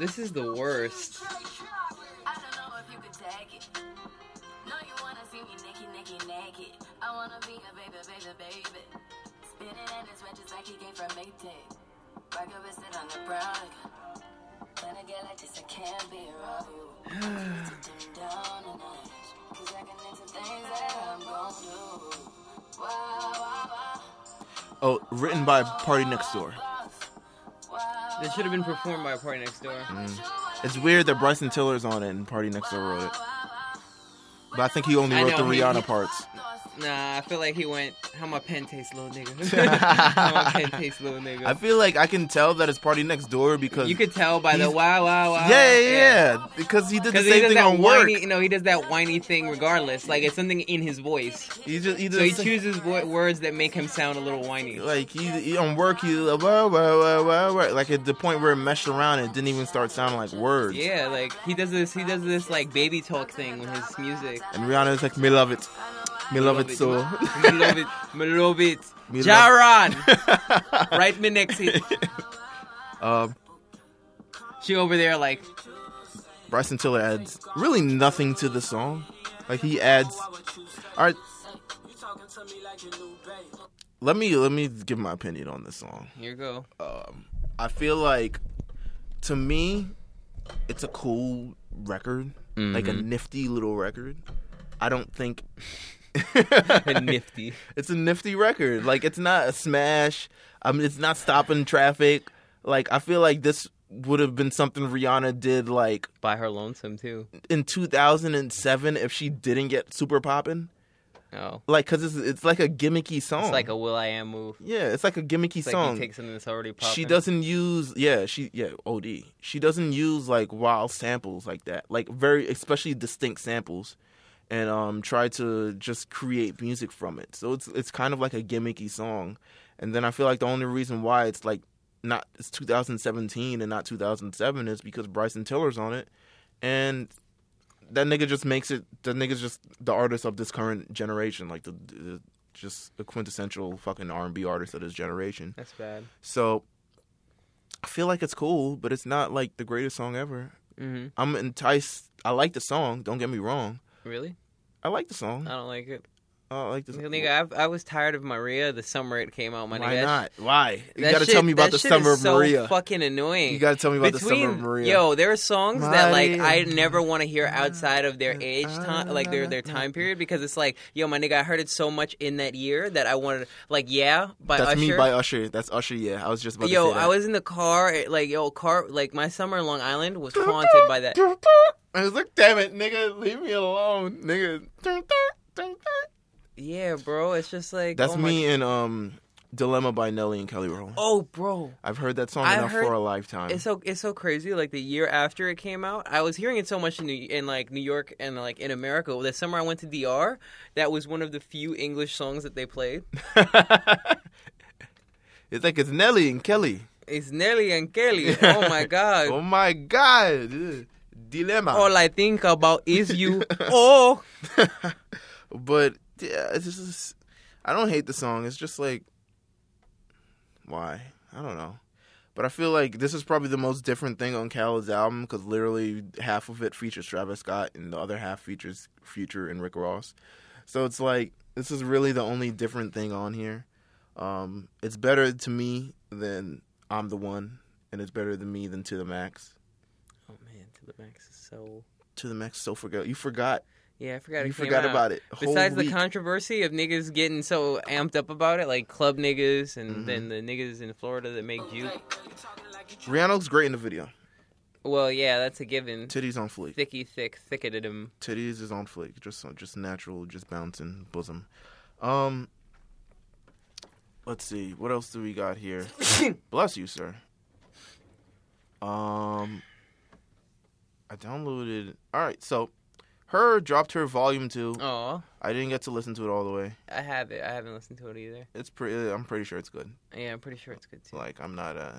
Speaker 2: this is the worst.
Speaker 3: I don't know if you could tag it. No, you wanna see me naked, naked, naked. I wanna be a baby, baby, baby. Spinning in his wedges like he came from Maytag. Rocket with it on the brown. nigga. When I get like this, I can't be around you. Need to turn down the night. 'Cause I can into things that I'm gonna do. Wow, wow, wow.
Speaker 1: Oh, written by Party Next Door.
Speaker 2: That should have been performed by a party next door.
Speaker 1: It's weird that Bryson Tiller's on it and Party Next Door wrote it. But I think he only
Speaker 2: I
Speaker 1: wrote
Speaker 2: know,
Speaker 1: the
Speaker 2: he-
Speaker 1: Rihanna
Speaker 2: he-
Speaker 1: parts.
Speaker 2: Nah, I feel like he went, how my pen tastes, little nigga. how my pen tastes, little nigga.
Speaker 1: I feel like I can tell that it's Party Next Door because
Speaker 2: you could tell by the
Speaker 1: he's-
Speaker 2: wow, wow, wow.
Speaker 1: yeah, yeah, yeah, because he did the
Speaker 2: Because he
Speaker 1: same
Speaker 2: does
Speaker 1: thing
Speaker 2: that
Speaker 1: on work.
Speaker 2: whiny, you know, he does that whiny thing regardless. Like it's something in his voice.
Speaker 1: He just he
Speaker 2: So he
Speaker 1: does
Speaker 2: chooses wo- words that make him sound a little whiny.
Speaker 1: like he, he on work he like, wah, wah, wah, wah, wah, like at the point where it meshed around and it didn't even start sounding like words.
Speaker 2: Yeah, like he does this, he does this like baby talk thing with his music.
Speaker 1: And Rihanna's like, me love it, me love it so.
Speaker 2: Milovit, Milovit,
Speaker 1: Me love-
Speaker 2: Jaron, right me next. to-
Speaker 1: um,
Speaker 2: She over there like
Speaker 1: Bryson Tiller adds really nothing to the song. Like he adds, all right. Let me let me give my opinion on this song.
Speaker 2: Here you go.
Speaker 1: I feel like, to me, it's a cool record, like a
Speaker 2: Mm-hmm.
Speaker 1: nifty little record. I don't think
Speaker 2: nifty.
Speaker 1: it's a nifty record. Like it's not a smash. I mean, it's not stopping traffic. Like I feel like this would have been something Rihanna did like
Speaker 2: By her lonesome too.
Speaker 1: in 2007 if she didn't get super poppin'.
Speaker 2: Oh.
Speaker 1: Like, cause it's it's like a gimmicky song.
Speaker 2: It's like a Will I Am move.
Speaker 1: yeah, it's like a gimmicky
Speaker 2: It's like
Speaker 1: song.
Speaker 2: he takes something that's already popping.
Speaker 1: she doesn't use yeah she yeah od she doesn't use like wild samples like that like very especially distinct samples and um try to just create music from it so it's it's kind of like a gimmicky song and then i feel like the only reason why it's like not it's 2017 and not 2007 is because bryson tiller's on it and that nigga just makes it that nigga's just the artist of this current generation like the, the just the quintessential fucking r&b artist of this generation
Speaker 2: That's bad.
Speaker 1: so I feel like it's cool, but it's not like the greatest song ever.
Speaker 2: hmm
Speaker 1: I'm enticed. I like the song. Don't get me wrong.
Speaker 2: Really?
Speaker 1: I like the song.
Speaker 2: I don't like it.
Speaker 1: I like the song.
Speaker 2: Nigga, I, I was tired of Maria the summer it came out. My
Speaker 1: Why
Speaker 2: nigga. That
Speaker 1: not? Why?
Speaker 2: sh-
Speaker 1: You
Speaker 2: that
Speaker 1: got to
Speaker 2: shit-
Speaker 1: tell me about
Speaker 2: that
Speaker 1: the
Speaker 2: shit
Speaker 1: summer
Speaker 2: is
Speaker 1: of
Speaker 2: so
Speaker 1: Maria.
Speaker 2: Fucking annoying.
Speaker 1: You got to tell me about the
Speaker 2: Between
Speaker 1: summer of Maria.
Speaker 2: yo, there are songs that like I
Speaker 1: Maria.
Speaker 2: never want to hear outside of their age time,
Speaker 1: Ah,
Speaker 2: like their their time period, because it's like yo, my nigga, I heard it so much in that year that I wanted like yeah by
Speaker 1: That's
Speaker 2: Usher.
Speaker 1: me by Usher. That's Usher. Yeah, I was just about
Speaker 2: yo,
Speaker 1: to say that.
Speaker 2: I was in the car, it- like yo, car, like my summer in Long Island was haunted by that.
Speaker 1: I was like, damn it, nigga, leave me alone, nigga.
Speaker 2: Yeah, bro, it's just like
Speaker 1: That's
Speaker 2: oh my-
Speaker 1: me and um, Dilemma by Nelly and Kelly Rowland.
Speaker 2: Oh, bro.
Speaker 1: I've heard that song
Speaker 2: I
Speaker 1: enough
Speaker 2: heard-
Speaker 1: for a lifetime.
Speaker 2: It's so it's so crazy. Like the year after it came out, I was hearing it so much in New, in like New York and like in America. That summer I went to DR. That was one of the few English songs that they played.
Speaker 1: it's like it's Nelly and Kelly.
Speaker 2: It's Nelly and Kelly. Oh my
Speaker 1: Oh
Speaker 2: god.
Speaker 1: my god. Ugh. Dilemma.
Speaker 2: All I think about is you. Oh,
Speaker 1: but yeah, it's just I don't hate the song. It's just like why? I don't know. But I feel like this is probably the most different thing on Khaled's album because literally half of it features Travis Scott and the other half features Future and Rick Ross. So it's like this is really the only different thing on here. Um, it's better to me than I'm the One, and it's better than me than To the Max.
Speaker 2: oh man, to the max is so.
Speaker 1: To the Max, so forgot you forgot
Speaker 2: Yeah, I forgot. it
Speaker 1: You
Speaker 2: came
Speaker 1: forgot
Speaker 2: out.
Speaker 1: about it. Whole
Speaker 2: Besides the
Speaker 1: week.
Speaker 2: controversy of niggas getting so amped up about it, like club niggas, and
Speaker 1: Mm-hmm.
Speaker 2: then the niggas in Florida that make you.
Speaker 1: Rihanna looks great in the video.
Speaker 2: Well, yeah, that's a given.
Speaker 1: Titties on fleek.
Speaker 2: Thicky, thick, thicketed him.
Speaker 1: Titties is on fleek. Just uh, just natural, just bouncing bosom. Um Let's see. What else do we got here? Bless you, sir. Um I downloaded All right, so her dropped her volume 2.
Speaker 2: Aw.
Speaker 1: I didn't get to listen to it all the way.
Speaker 2: I have it. I haven't listened to it either.
Speaker 1: It's pretty I'm pretty sure it's good.
Speaker 2: Yeah, I'm pretty sure it's good too.
Speaker 1: Like I'm not uh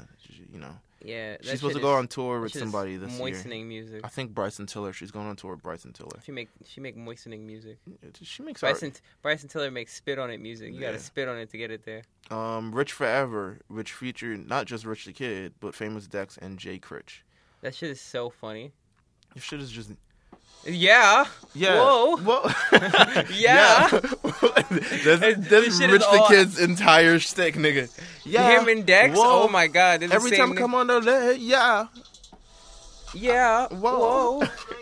Speaker 1: you know.
Speaker 2: yeah, that
Speaker 1: She's supposed
Speaker 2: shit
Speaker 1: to go
Speaker 2: is-
Speaker 1: on tour
Speaker 2: that
Speaker 1: with
Speaker 2: shit is
Speaker 1: somebody this year.
Speaker 2: moistening music.
Speaker 1: I think Bryson Tiller. She's going on tour with Bryson Tiller.
Speaker 2: She make she make moistening music.
Speaker 1: She makes art.
Speaker 2: Bryson Bryson Tiller makes spit on it music. You gotta
Speaker 1: Yeah.
Speaker 2: spit on it to get it there.
Speaker 1: um, Rich Forever, which featured not just Rich the Kid, but Famous Dex and Jay Critch.
Speaker 2: That shit is so funny.
Speaker 1: This shit is just
Speaker 2: Yeah.
Speaker 1: yeah.
Speaker 2: Whoa.
Speaker 1: Whoa.
Speaker 2: Yeah.
Speaker 1: that's
Speaker 2: This
Speaker 1: that's
Speaker 2: shit is
Speaker 1: Rich the
Speaker 2: all-
Speaker 1: Kid's entire stick, nigga. Yeah.
Speaker 2: Him and Dex.
Speaker 1: Whoa.
Speaker 2: Oh my god. they're the
Speaker 1: Every
Speaker 2: same
Speaker 1: time I
Speaker 2: ni-
Speaker 1: come on the leg, yeah.
Speaker 2: Yeah.
Speaker 1: Whoa.
Speaker 2: Whoa.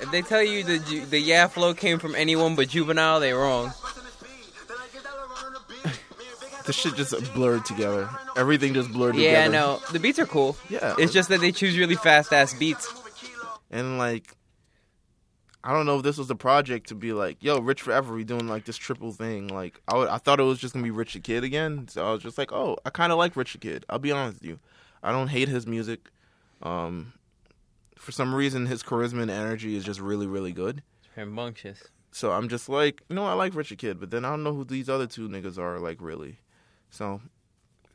Speaker 2: if they tell you the ju- the yeah flow came from anyone but juvenile, they wrong.
Speaker 1: The shit just blurred together. Everything just blurred together.
Speaker 2: Yeah, I know. The beats are cool.
Speaker 1: Yeah.
Speaker 2: It's just that they choose really fast ass beats.
Speaker 1: and like I don't know if this was the project to be like, yo, Rich Forever, we doing like this triple thing. Like I, would, I thought it was just gonna be Rich the Kid again, so I was just like, oh, I kind of like Rich the Kid. I'll be honest with you, I don't hate his music. Um, for some reason, his charisma and energy is just really, really good.
Speaker 2: Rambunctious.
Speaker 1: So I'm just like, you know, I like Rich the Kid, but then I don't know who these other two niggas are, like really. So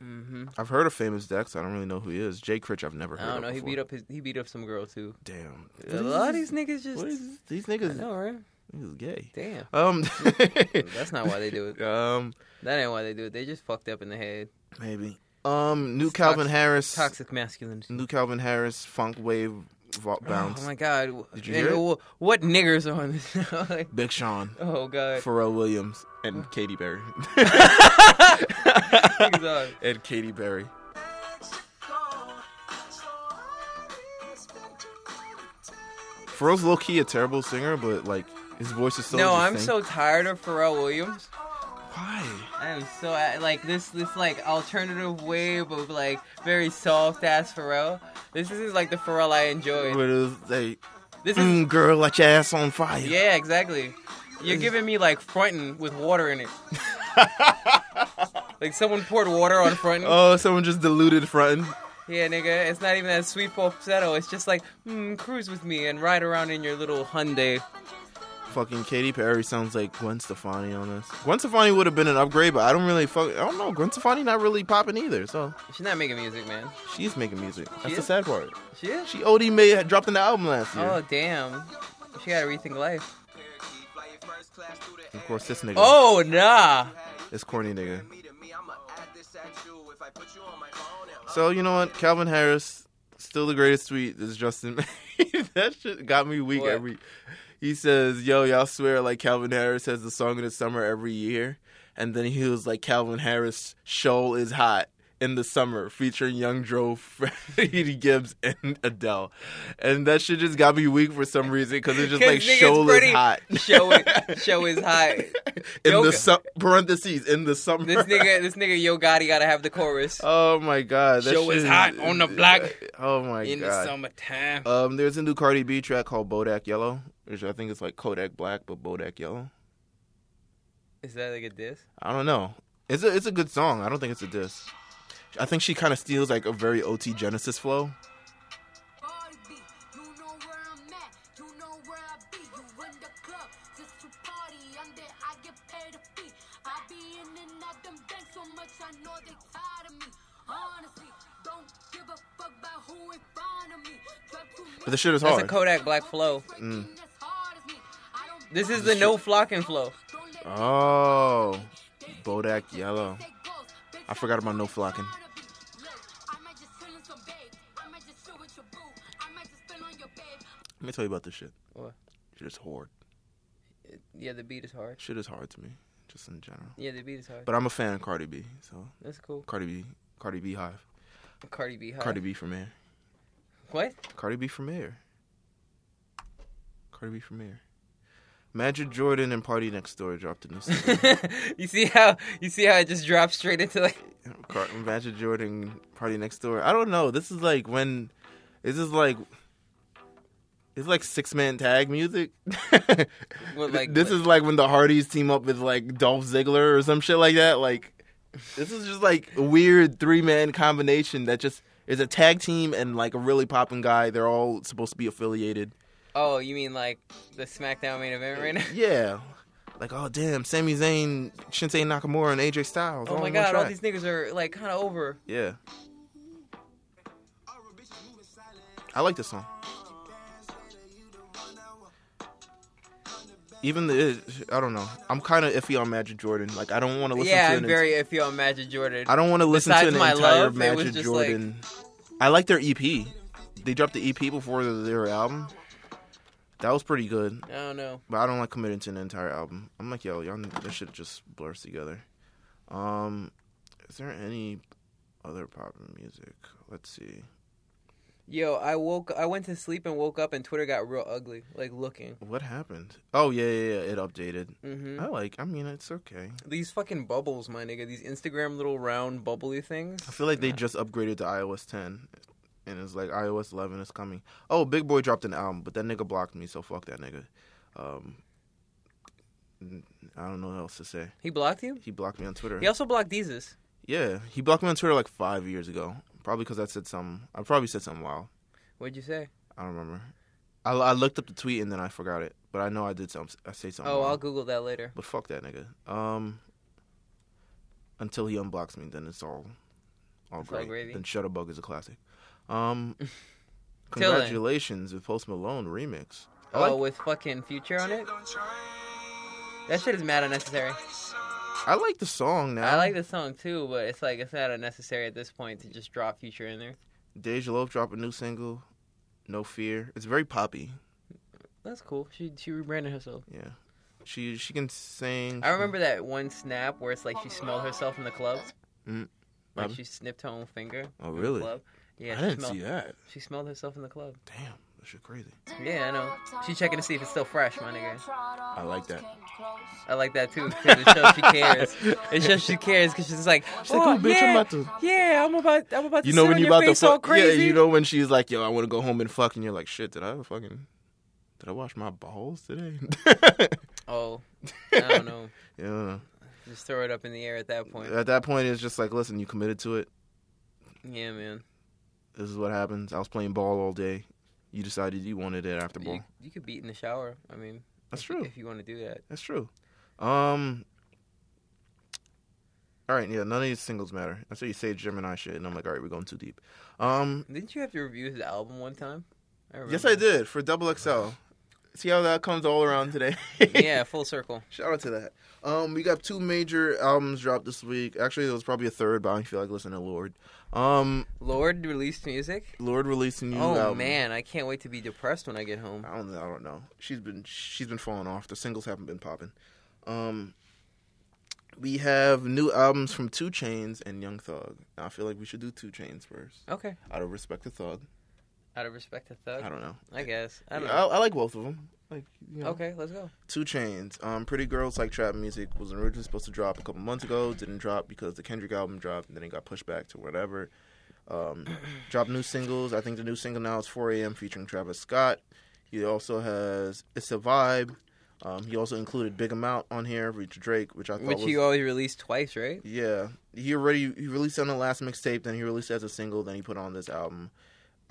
Speaker 2: Mm-hmm.
Speaker 1: I've heard of Famous Dex. I don't really know who he is. Jay Critch, I've never heard
Speaker 2: I don't
Speaker 1: of.
Speaker 2: know. He
Speaker 1: before.
Speaker 2: beat up his. He beat up some girl too.
Speaker 1: Damn.
Speaker 2: A lot of these niggas just.
Speaker 1: What is this? These
Speaker 2: I
Speaker 1: niggas,
Speaker 2: know, right?
Speaker 1: niggas gay.
Speaker 2: Damn.
Speaker 1: Um,
Speaker 2: That's not why they do it.
Speaker 1: um,
Speaker 2: That ain't why they do it. They just fucked up in the head.
Speaker 1: maybe. Um, new
Speaker 2: It's
Speaker 1: Calvin
Speaker 2: toxic-
Speaker 1: Harris,
Speaker 2: Toxic masculinity.
Speaker 1: new Calvin Harris funk wave vault bounce.
Speaker 2: Oh my god.
Speaker 1: Did you
Speaker 2: And
Speaker 1: hear it?
Speaker 2: wh- What niggers are on this?
Speaker 1: Big Sean,
Speaker 2: oh god. Oh.
Speaker 1: Pharrell Williams, and Katy Perry.
Speaker 2: Niggas are-
Speaker 1: and Katy Perry. Pharrell's low key a terrible singer, but like his voice is so.
Speaker 2: no, I'm
Speaker 1: distinct.
Speaker 2: so tired of Pharrell Williams.
Speaker 1: Why?
Speaker 2: I am so I- like this this like alternative wave of like very soft ass Pharrell. This is like the Pharrell I enjoy.
Speaker 1: What is they?
Speaker 2: This is
Speaker 1: Mm, girl, let your ass on fire.
Speaker 2: yeah, exactly. You're giving me like frontin' with water in it. like someone poured water on frontin'.
Speaker 1: Oh, someone just diluted frontin'.
Speaker 2: Yeah, nigga, it's not even that sweet falsetto. It's just like, mm, cruise with me and ride around in your little Hyundai.
Speaker 1: Fucking Katy Perry sounds like Gwen Stefani on us. Gwen Stefani would have been an upgrade, but I don't really fuck. I don't know. Gwen Stefani not really popping either, so
Speaker 2: She's not making music, man.
Speaker 1: she's making music. That's the
Speaker 2: is?
Speaker 1: sad part.
Speaker 2: She is.
Speaker 1: She OD may had dropped an album last year.
Speaker 2: Oh damn, she gotta rethink life.
Speaker 1: Of course, this nigga.
Speaker 2: Oh nah.
Speaker 1: This corny nigga. So you know what? Calvin Harris, still the greatest tweet is Justin. that shit got me weak
Speaker 2: What?
Speaker 1: every. He says, "Yo, y'all swear like Calvin Harris has the song of the summer every year," and then he was like, "Calvin Harris show is hot." In the summer, featuring Young Dro, Freddie Gibbs, and Adele, and that shit just got me weak for some reason because it's just
Speaker 2: 'Cause
Speaker 1: like
Speaker 2: niggas
Speaker 1: show is
Speaker 2: pretty-
Speaker 1: hot.
Speaker 2: Show it. Show is hot.
Speaker 1: in
Speaker 2: Yo-
Speaker 1: the su- parentheses in the summer.
Speaker 2: This nigga, this nigga Yo Gotti gotta have the chorus.
Speaker 1: Oh my god, that
Speaker 2: Show is
Speaker 1: shit
Speaker 2: hot on the block
Speaker 1: Oh my
Speaker 2: in the
Speaker 1: god.
Speaker 2: summertime.
Speaker 1: um, there's a new Cardi B track called Bodak Yellow, which I think is like Kodak Black but Bodak Yellow.
Speaker 2: Is that like a diss?
Speaker 1: I don't know. It's a it's a good song. I don't think it's a diss. I think she kind of steals like a very OT Genesis flow.
Speaker 3: Cardi B, you know where I'm at, you know where I be. You in the club, just to party. I'm there, I get paid a fee. I be in and out them banks so much, I know they tired of me. Honestly, don't give a fuck about who in front of me. Drop too
Speaker 1: But the shit is
Speaker 2: That's
Speaker 1: hard.
Speaker 2: a Kodak Black flow.
Speaker 3: many breaking as hard as me. I don't
Speaker 2: This is the no flocking flow.
Speaker 3: don't let
Speaker 1: oh, Bodak Yellow.
Speaker 3: say ghost. Bitch,
Speaker 1: I forgot about no flocking.
Speaker 3: proud of you. Look, I might just chill in some babe. I might just chill with your boo. I might just spill on your babe.
Speaker 1: Let me tell you about this shit.
Speaker 2: What?
Speaker 1: Shit is hard.
Speaker 2: Yeah, the beat is hard.
Speaker 1: Shit is hard to me, just in general.
Speaker 2: Yeah, the beat is hard.
Speaker 1: But I'm a fan of Cardi B, so
Speaker 2: That's cool.
Speaker 1: Cardi B, Cardi B Hive,
Speaker 2: Cardi B. Hot.
Speaker 1: Cardi B for man.
Speaker 2: What?
Speaker 1: Cardi B from Air. Cardi B from Air. Magic Jordan and Party Next Door dropped a new single.
Speaker 2: you see how you see how it just drops straight into like
Speaker 1: Car- Magic Jordan, Party Next Door. I don't know. This is like when. This is like. It's like six man tag music.
Speaker 2: What, like-
Speaker 1: this is like when the Hardys team up with like Dolph Ziggler or some shit like that. Like, this is just like a weird three man combination that just is a tag team and like a really popping guy. They're all supposed to be affiliated.
Speaker 2: oh you mean like the SmackDown main event right now?
Speaker 1: Yeah. Like, oh damn, Sami Zayn, Shinsei Nakamura, and AJ Styles.
Speaker 2: Oh
Speaker 1: all
Speaker 2: my
Speaker 1: in one
Speaker 2: god, all
Speaker 1: track.
Speaker 2: these niggas are like kind of over.
Speaker 1: Yeah. I like this song. Even the I don't know. I'm kind of iffy on Magic Jordan. Like I don't want to listen
Speaker 2: yeah,
Speaker 1: to
Speaker 2: I'm
Speaker 1: an
Speaker 2: very iffy on Magic Jordan.
Speaker 1: I don't want to listen to
Speaker 2: Besides
Speaker 1: an
Speaker 2: my
Speaker 1: entire
Speaker 2: love, it was
Speaker 1: Magic
Speaker 2: just
Speaker 1: Jordan. I like their EP. They dropped the EP before their album. That was pretty good.
Speaker 2: I don't know.
Speaker 1: But I don't like committing to an entire album. I'm like, yo, y'all, that shit just blurs together. Um, is there any other popular music. Let's see.
Speaker 2: Yo, I woke. I went to sleep and woke up, and Twitter got real ugly. Like looking.
Speaker 1: What happened? Oh yeah, yeah, yeah. It updated.
Speaker 2: hmm
Speaker 1: I like. I mean, it's okay.
Speaker 2: These fucking bubbles, my nigga. These Instagram little round bubbly things.
Speaker 1: I feel like they just upgraded to iOS 10, and it's like iOS 11 is coming. Oh, Big Boy dropped an album, but that nigga blocked me, so fuck that nigga. Um, n- I don't know what else to say.
Speaker 2: He blocked you.
Speaker 1: He blocked me on Twitter.
Speaker 2: He also blocked Jesus.
Speaker 1: Yeah, he blocked me on Twitter like five years ago, probably because I said some. I probably said something wild.
Speaker 2: What'd you say?
Speaker 1: I don't remember. I, I looked up the tweet and then I forgot it, but I know I did some. I say something.
Speaker 2: Oh,
Speaker 1: wild.
Speaker 2: I'll Google that later.
Speaker 1: But fuck that nigga. Um, until he unblocks me, then it's all, all
Speaker 2: It's all
Speaker 1: great.
Speaker 2: gravy.
Speaker 1: Then Shutterbug is a classic. Um,
Speaker 2: Till then.
Speaker 1: congratulations with Post Malone remix. I
Speaker 2: oh,
Speaker 1: like,
Speaker 2: with fucking Future on it. That shit is mad unnecessary.
Speaker 1: I like the song now.
Speaker 2: I like the song too, but it's like it's not unnecessary at this point to just drop Future in there.
Speaker 1: Deja Love dropped a new single, No Fear. It's very poppy.
Speaker 2: That's cool. She she rebranded herself.
Speaker 1: Yeah, she she can sing.
Speaker 2: I remember that one snap where it's like she smelled herself in the club.
Speaker 1: Mm.
Speaker 2: Like
Speaker 1: Um,
Speaker 2: she snipped her own finger.
Speaker 1: Oh,
Speaker 2: in the
Speaker 1: really?
Speaker 2: club.
Speaker 1: I
Speaker 2: Yeah, she
Speaker 1: didn't
Speaker 2: smelled,
Speaker 1: see that.
Speaker 2: She smelled herself in the club.
Speaker 1: Damn, that shit crazy.
Speaker 2: Yeah, I know. She checking to see if it's still fresh, my nigga.
Speaker 1: I like that.
Speaker 2: I like that too because it shows she cares. It shows she cares because she's like,
Speaker 1: She's
Speaker 2: oh,
Speaker 1: like, "Oh, bitch,
Speaker 2: yeah,
Speaker 1: I'm about to."
Speaker 2: yeah, I'm about, I'm about to.
Speaker 1: You know
Speaker 2: sit
Speaker 1: when
Speaker 2: on
Speaker 1: you
Speaker 2: your
Speaker 1: about to
Speaker 2: face all
Speaker 1: fuck,
Speaker 2: crazy.
Speaker 1: yeah. You know when she's like, "Yo, I want to go home and fuck," and you're like, "Shit, did I fucking, did I wash my balls today?"
Speaker 2: Oh, I don't know.
Speaker 1: yeah.
Speaker 2: Just throw it up in the air at that point.
Speaker 1: At that point, it's just like, listen, you committed to it.
Speaker 2: Yeah, man.
Speaker 1: This is what happens. I was playing ball all day. You decided you wanted it after ball.
Speaker 2: You, you could beat in the shower. I mean,
Speaker 1: That's
Speaker 2: if you-
Speaker 1: true.
Speaker 2: If you want to do that,
Speaker 1: That's true. Um. All right, yeah. None of these singles matter. That's what you say, Gemini shit, and I'm like, all right, we're going too deep. Um.
Speaker 2: didn't you have to review his album one time? remember.
Speaker 1: Yes, I did for Double XL. See how that comes all around today.
Speaker 2: yeah, full circle.
Speaker 1: Shout out to that. Um, we got two major albums dropped this week. Actually, there was probably a third, but I feel like listening to Lord. Um,
Speaker 2: Lord released music.
Speaker 1: Lord released a new
Speaker 2: oh
Speaker 1: album.
Speaker 2: man, I can't wait to be depressed when I get home.
Speaker 1: I don't, I don't know. She's been she's been falling off. The singles haven't been popping. Um, we have new albums from Two Chains and Young Thug. Now, I feel like we should do Two Chains first,
Speaker 2: Okay,
Speaker 1: out of respect to Thug.
Speaker 2: out of respect to Thug,
Speaker 1: I don't know.
Speaker 2: I guess. I
Speaker 1: I,
Speaker 2: don't
Speaker 1: I, like both of them. Like you
Speaker 2: know.
Speaker 1: know.
Speaker 2: Okay, let's go.
Speaker 1: Two Chains. Um, Pretty Girls Like Trap Music was originally supposed to drop a couple months ago. Didn't drop because the Kendrick album dropped, and then it got pushed back to whatever. Um, dropped new singles. I think the new single now is 4 a.m. featuring Travis Scott. He also has It's a Vibe. Um, he also included Big Amount on here, Reach Drake, which I thought
Speaker 2: Which
Speaker 1: was
Speaker 2: you always release twice, right?
Speaker 1: yeah, he already he released it on the last mixtape, then he released it as a single, then he put it on this album.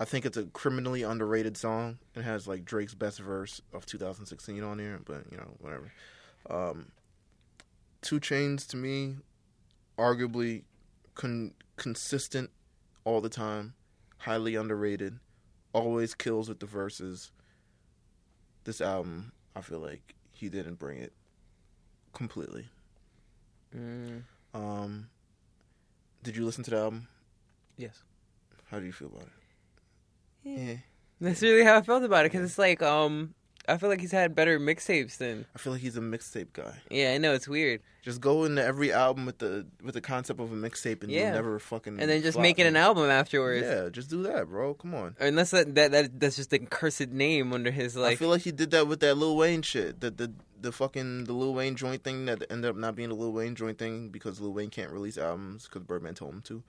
Speaker 1: I think it's a criminally underrated song. It has like Drake's best verse of 2016 on there, but you know whatever. Um, Two Chains to me, arguably con- consistent all the time, highly underrated, always kills with the verses. This album, I feel like he didn't bring it completely.
Speaker 2: Mm,
Speaker 1: Um, did you listen to the album?
Speaker 2: yes.
Speaker 1: How do you feel about it?
Speaker 2: Yeah. That's really how I felt about it because it's like um I feel like he's had better mixtapes than
Speaker 1: I feel like he's a mixtape guy.
Speaker 2: yeah I know it's weird
Speaker 1: Just go into every album with the with the concept of a mixtape, and
Speaker 2: Yeah.
Speaker 1: you'll never fucking.
Speaker 2: and then just
Speaker 1: flop,
Speaker 2: making an
Speaker 1: man.
Speaker 2: album afterwards
Speaker 1: Mm, Yeah, just do that, bro. Come on.
Speaker 2: unless that, that that that's just the cursed name under his
Speaker 1: I
Speaker 2: like
Speaker 1: feel like he did that with that Lil Wayne shit. The the the fucking the Lil Wayne joint thing that ended up not being a Lil Wayne joint thing because Lil Wayne can't release albums because Birdman told him to.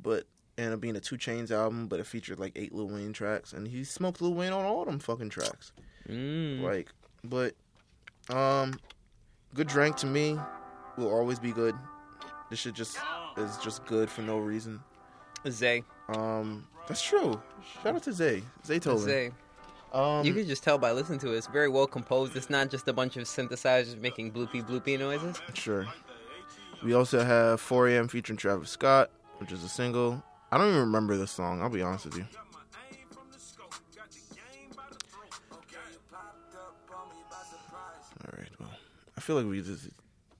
Speaker 1: But ended up being a Two Chains album, but it featured like eight Lil Wayne tracks, and he smoked Lil Wayne on all them fucking tracks.
Speaker 2: mm,
Speaker 1: Like, but um, good drink to me will always be good. This shit just is just good for no reason.
Speaker 2: Zay
Speaker 1: Um, that's true. Shout out to Zay, Zay Tovin.
Speaker 2: Zay
Speaker 1: Um,
Speaker 2: you can just tell by listening to it it's very well composed it's not just a bunch of synthesizers making bloopy bloopy noises
Speaker 1: sure. We also have 4 a.m. featuring Travis Scott, which is a single. I don't even remember this song. I'll be honest with you. All right, well, I feel like we just you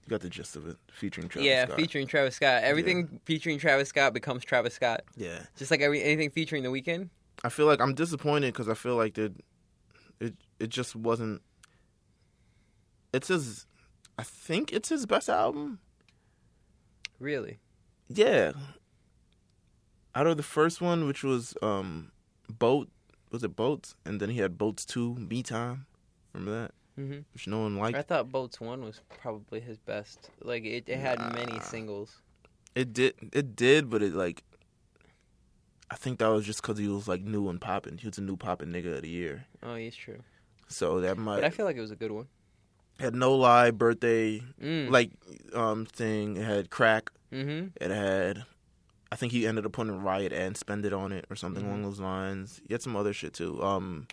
Speaker 1: got the gist of it. Featuring Travis
Speaker 2: yeah
Speaker 1: Scott.
Speaker 2: featuring Travis Scott everything featuring Travis Scott becomes Travis Scott
Speaker 1: Yeah.
Speaker 2: just like every anything featuring The Weeknd
Speaker 1: I feel like I'm disappointed because I feel like it, it, it just wasn't. It's his, I think it's his best album.
Speaker 2: really
Speaker 1: Yeah, out of the first one, which was um, Boat, was it Boats? And then he had Boats Two, Me Time. Remember that?
Speaker 2: Mhm.
Speaker 1: Which no one liked.
Speaker 2: I thought Boats One was probably his best. Like it, it had many singles.
Speaker 1: It did. It did, but it like. I think that was just because he was like new and popping. He was a new popping nigga of the year,
Speaker 2: Oh, yeah, it's true.
Speaker 1: so that
Speaker 2: But
Speaker 1: might
Speaker 2: I feel like it was a good one.
Speaker 1: had no lie birthday
Speaker 2: Mm.
Speaker 1: like um thing. It had crack.
Speaker 2: hmm
Speaker 1: It had. I think he ended up putting riot and spend it on it or something
Speaker 2: Mm-hmm.
Speaker 1: along those lines. He had some other shit too. Um,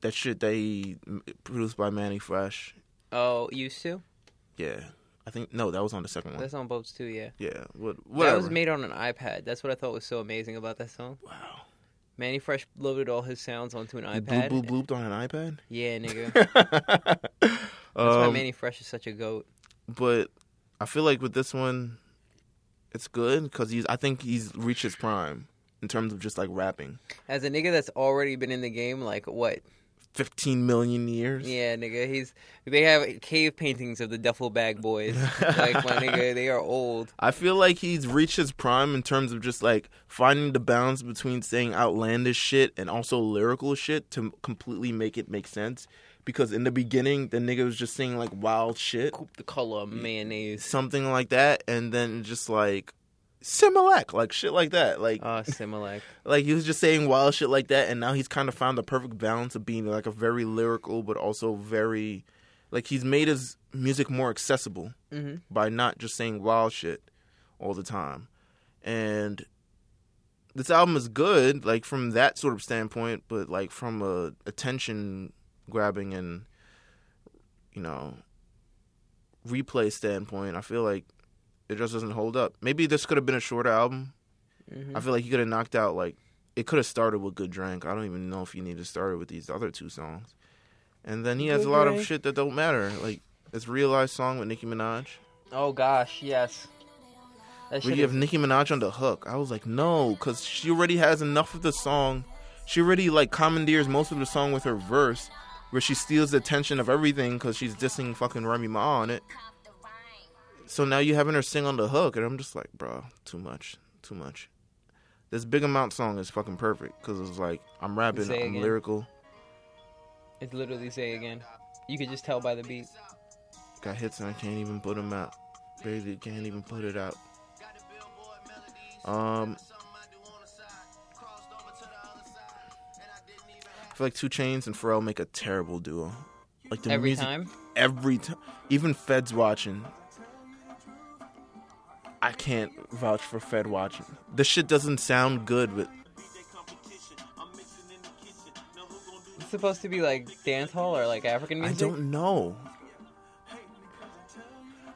Speaker 1: that shit that he m- produced by Manny Fresh.
Speaker 2: Oh, used to?
Speaker 1: Yeah, I think no, that was on the second one.
Speaker 2: That's on Boats Two. Yeah.
Speaker 1: yeah, what? Whatever.
Speaker 2: That was made on an iPad. That's what I thought was so amazing about that song.
Speaker 1: Wow.
Speaker 2: Manny Fresh loaded all his sounds onto an
Speaker 1: He
Speaker 2: iPad.
Speaker 1: bloop bloop blooped on an iPad.
Speaker 2: Yeah, nigga. That's
Speaker 1: That's
Speaker 2: why
Speaker 1: Um,
Speaker 2: Manny Fresh is such a goat.
Speaker 1: but I feel like with this one, it's good because he's. I think he's reached his prime in terms of just like rapping.
Speaker 2: As a nigga that's already been in the game, like what?
Speaker 1: Fifteen million years.
Speaker 2: Yeah, nigga. He's they have cave paintings of the Duffel Bag Boys. like my nigga, they are old.
Speaker 1: I feel like he's reached his prime in terms of just like finding the balance between saying outlandish shit and also lyrical shit to completely make it make sense. Because in the beginning, the nigga was just saying like wild shit,
Speaker 2: Coop the color of mayonnaise.
Speaker 1: something like that, and then just like Similac, like shit like that. Like
Speaker 2: Ah, Similac.
Speaker 1: like he was just saying wild shit like that and now he's kind of found the perfect balance of being like a very lyrical but also very like he's made his music more accessible
Speaker 2: Mhm.
Speaker 1: by not just saying wild shit all the time and this album is good like from that sort of standpoint but like from a attention grabbing and you know replay standpoint i feel like it just doesn't hold up maybe this could have been a shorter album
Speaker 2: Mhm.
Speaker 1: I feel like you could have knocked out like it could have started with Good Drink. I don't even know if you need to start it with these other two songs. And then he has
Speaker 2: Good
Speaker 1: a lot
Speaker 2: Drink.
Speaker 1: of shit that don't matter. Like it's realized song with Nicki Minaj.
Speaker 2: Oh gosh, yes. That
Speaker 1: Where
Speaker 2: shit
Speaker 1: you have
Speaker 2: is-
Speaker 1: Nicki Minaj on the hook. I was like, no, because she already has enough of the song. She already like commandeers most of the song with her verse, where she steals the attention of everything because she's dissing fucking Remy Ma on it. So now you having her sing on the hook, and I'm just like, bro, too much, too much. This big amount song is fucking perfect because it's like I'm rapping,
Speaker 2: Say
Speaker 1: I'm
Speaker 2: again.
Speaker 1: lyrical,
Speaker 2: it's literally say again. You could just tell by the beat.
Speaker 1: got hits, and I can't even put them out. Barely can't even put it out. Um, I feel like Two Chains and Pharrell make a terrible duo. Like the
Speaker 2: Every
Speaker 1: music,
Speaker 2: time?
Speaker 1: every time, even Fed's watching. I can't vouch for Fed watching. This shit doesn't sound good, but
Speaker 2: It's supposed to be like dance hall or like African
Speaker 1: I
Speaker 2: music.
Speaker 1: don't know.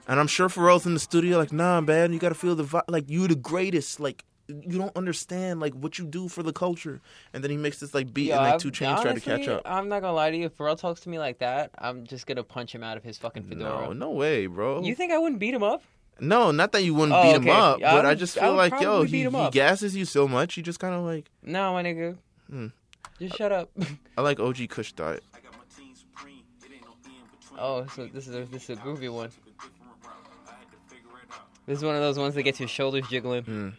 Speaker 1: And I'm sure Pharrell's in the studio, like, nah, man, you gotta feel the vibe. Like, you the greatest. Like, you don't understand, like, what you do for the culture. And then he makes this, like, beat,
Speaker 2: Yo,
Speaker 1: and, like,
Speaker 2: I've-
Speaker 1: Two Chains try to
Speaker 2: honestly,
Speaker 1: catch up.
Speaker 2: I'm not gonna lie to you. If Pharrell talks to me like that, I'm just gonna punch him out of his fucking
Speaker 1: No,
Speaker 2: fedora.
Speaker 1: no way, bro.
Speaker 2: You think I wouldn't beat him up?
Speaker 1: no, not that you wouldn't
Speaker 2: Oh,
Speaker 1: beat him
Speaker 2: okay.
Speaker 1: up,
Speaker 2: I
Speaker 1: but I
Speaker 2: would-
Speaker 1: just
Speaker 2: I
Speaker 1: feel
Speaker 2: would
Speaker 1: like, yo,
Speaker 2: probably
Speaker 1: he,
Speaker 2: beat him
Speaker 1: he
Speaker 2: up.
Speaker 1: gasses you so much, you just kind of like,
Speaker 2: No, my nigga.
Speaker 1: Hmm.
Speaker 2: Just shut up.
Speaker 1: I like OG Kush Diet.
Speaker 2: Oh, so this is a this is a groovy one. This is one of those ones that gets your shoulders jiggling.
Speaker 1: Mm.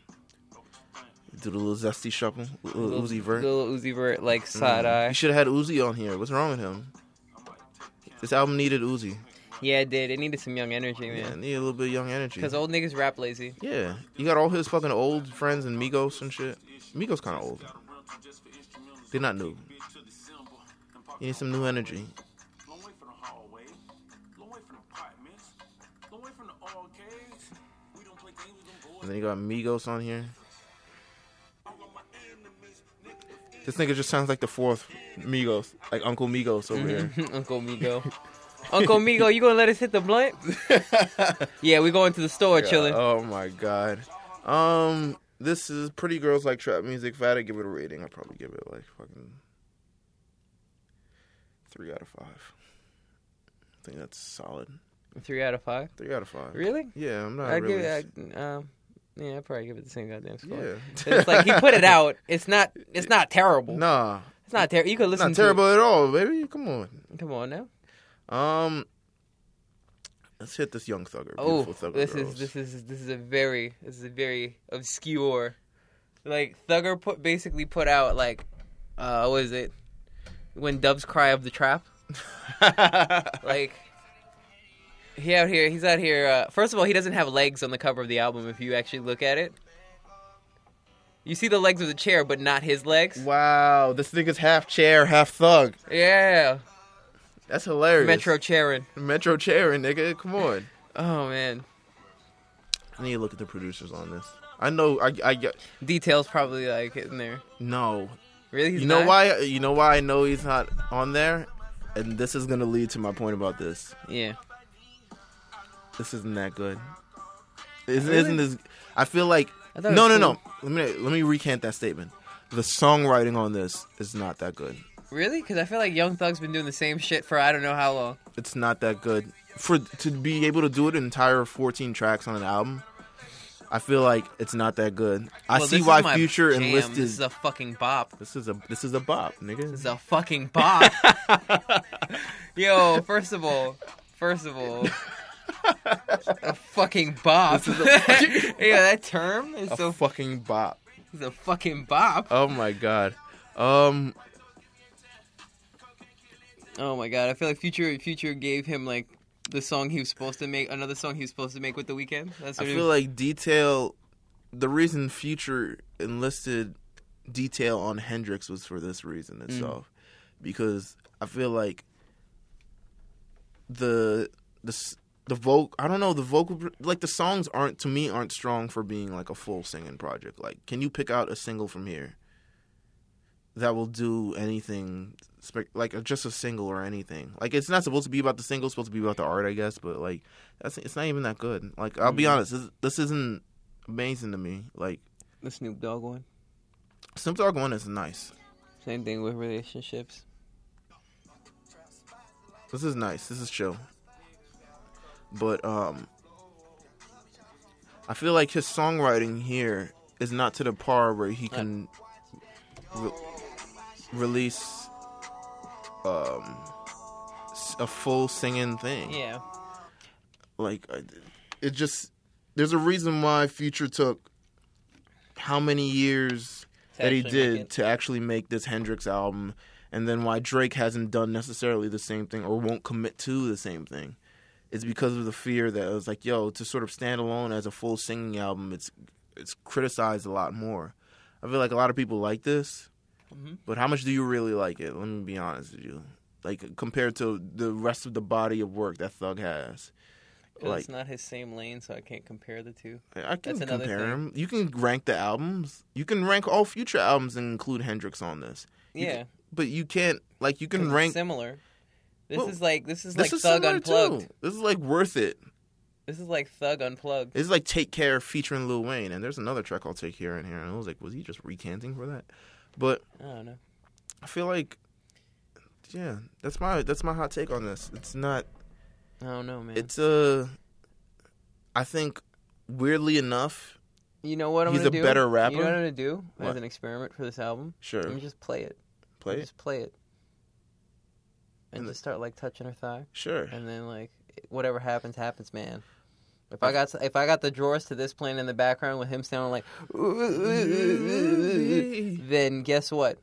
Speaker 1: Do the little zesty shuffle, little Uzi Vert. Hmm.
Speaker 2: Little Uzi Vert, like side
Speaker 1: You
Speaker 2: eye.
Speaker 1: should have had Uzi on here. What's wrong with him? This album needed Uzi.
Speaker 2: Yeah, it did. It needed some young energy,
Speaker 1: Yeah,
Speaker 2: man.
Speaker 1: need a little bit of young energy.
Speaker 2: Because old niggas rap lazy.
Speaker 1: Yeah, you got all his fucking old friends and Migos and shit. Migos kind of old. They're not new. You need some new energy.
Speaker 4: Long way from the hallway. Long way from the apartments. Long way from the arcades. We don't play games with them boys.
Speaker 1: And then you got Migos on here.
Speaker 4: I want my enemies. Nigga, if
Speaker 1: This nigga just sounds like the fourth Migos, like Uncle Migos over here.
Speaker 2: Uncle Migo. Uncle Migo, you gonna let us hit the blunt? Mm-hmm. yeah, we going to the store, chilling.
Speaker 1: Oh my god. Um, this is Pretty Girls Like Trap Music. If I had to give it a rating, I'd probably give it like fucking three out of five. I think that's solid.
Speaker 2: Three out of five.
Speaker 1: Three out of five.
Speaker 2: Really?
Speaker 1: Yeah, I'm not
Speaker 2: I'd
Speaker 1: really.
Speaker 2: give it. I, um, yeah, I'd probably give it the same goddamn score.
Speaker 1: yeah.
Speaker 2: It's like he put it out. It's not. It's not terrible.
Speaker 1: Nah,
Speaker 2: It's not terrible. You could listen.
Speaker 1: not
Speaker 2: to
Speaker 1: terrible at all, baby. Come on.
Speaker 2: It. Come on now.
Speaker 1: Um, let's hit this young thugger.
Speaker 2: Oh,
Speaker 1: Beautiful thugger
Speaker 2: this
Speaker 1: girls.
Speaker 2: is this is this is a very this is a very obscure Like Thugger put basically put out like, uh, what is it? When doves cry of the trap. Like he out here, he's out here. Uh, first of all, he doesn't have legs on the cover of the album. If you actually look at it, you see the legs of the chair, but not his legs.
Speaker 1: wow, this nigga's half chair, half thug.
Speaker 2: Yeah,
Speaker 1: That's hilarious.
Speaker 2: Metro chairing.
Speaker 1: Metro chair, nigga. Come on.
Speaker 2: Oh man,
Speaker 1: I need to look at the producers on this. I know. I. I get-
Speaker 2: details probably like in there.
Speaker 1: no.
Speaker 2: Really, he's
Speaker 1: you know
Speaker 2: not?
Speaker 1: why? You know why I know he's not on there, and this is gonna lead to my point about this.
Speaker 2: Yeah,
Speaker 1: This isn't that good. This isn't this? I feel like
Speaker 2: I
Speaker 1: no,
Speaker 2: thought it
Speaker 1: no,
Speaker 2: was
Speaker 1: no. Let me let me recant that statement. The songwriting on this is not that good.
Speaker 2: really? Because I feel like Young Thug's been doing the same shit for I don't know how long.
Speaker 1: It's not that good for to be able to do it an entire 14 tracks on an album. I feel like it's not that good. I
Speaker 2: Well,
Speaker 1: see
Speaker 2: this is
Speaker 1: why
Speaker 2: my
Speaker 1: Future
Speaker 2: jam.
Speaker 1: enlisted.
Speaker 2: This is a fucking bop.
Speaker 1: this is a this is a bop, nigga.
Speaker 2: This is a fucking bop. Yo, first of all, first of all, a fucking bop.
Speaker 1: This is a fucking-
Speaker 2: yeah, that term is
Speaker 1: a
Speaker 2: so.
Speaker 1: fucking bop.
Speaker 2: It's a fucking bop.
Speaker 1: Oh my god. Um,
Speaker 2: Oh my god, I feel like Future Future gave him like the song he was supposed to make, another song he was supposed to make with the weekend. That's
Speaker 1: I
Speaker 2: what
Speaker 1: feel like detail. The reason Future enlisted detail on Hendrix was for this
Speaker 2: Mm.
Speaker 1: reason itself, because I feel like the the s- the vocal. I don't know the vocal. pr- Like the songs aren't to me aren't strong for being like a full singing project. Like, can you pick out a single from here that will do anything? Spec- like uh, just a single or anything. Like it's not supposed to be about the single. It's supposed to be about the art, I guess. But like that's it's not even that good. Like I'll be honest, this, this isn't amazing to me. Like
Speaker 2: the Snoop Dogg one.
Speaker 1: Snoop Dogg one is nice.
Speaker 2: Same thing with relationships.
Speaker 1: This is nice. This is chill. But um, I feel like his songwriting here is not to the par where he can re- release um s- a full singing thing.
Speaker 2: Yeah.
Speaker 1: like I- it just there's a reason why future took how many years that he
Speaker 2: actually make
Speaker 1: did
Speaker 2: it.
Speaker 1: to actually make this hendrix album and then why drake hasn't done necessarily the same thing or won't commit to the same thing it's because of the fear that it was like yo to sort of stand alone as a full singing album it's it's criticized a lot more i feel like a lot of people like this
Speaker 2: Mhm.
Speaker 1: but how much do you really like it let me be honest with you like compared to the rest of the body of work that thug has
Speaker 2: 'Cause
Speaker 1: Like-
Speaker 2: it's not his same lane, so I can't compare the two.
Speaker 1: I I can
Speaker 2: That's another
Speaker 1: compare
Speaker 2: thing.
Speaker 1: him. You can rank the albums. You can rank all future albums and include Hendrix on this. You
Speaker 2: Yeah.
Speaker 1: can- but you can't like you
Speaker 2: 'cause
Speaker 1: can
Speaker 2: it's
Speaker 1: rank.
Speaker 2: similar. This
Speaker 1: Well,
Speaker 2: is like this is
Speaker 1: This
Speaker 2: like
Speaker 1: is
Speaker 2: Thug
Speaker 1: similar,
Speaker 2: Unplugged.
Speaker 1: Too. This is like worth it.
Speaker 2: This is like Thug Unplugged.
Speaker 1: It's like Take Care featuring Lil Wayne, and there's another track I'll take here and here. And I was like, was he just recanting for that? But
Speaker 2: I don't know.
Speaker 1: I feel like, yeah, that's my that's my hot take on this. It's not.
Speaker 2: I don't know, man.
Speaker 1: It's uh, I think weirdly enough,
Speaker 2: you know what I'm
Speaker 1: he's a
Speaker 2: gonna do?
Speaker 1: better
Speaker 2: You know
Speaker 1: rapper.
Speaker 2: what I'm gonna do
Speaker 1: What?
Speaker 2: as an experiment for this album?
Speaker 1: sure,
Speaker 2: Let me just play it.
Speaker 1: play it.
Speaker 2: Just play it. And
Speaker 1: And
Speaker 2: just start like touching her thigh,
Speaker 1: Sure.
Speaker 2: and then like whatever happens, happens, man. If I got if I got the drawers to this playing in the background with him sounding like, then guess what?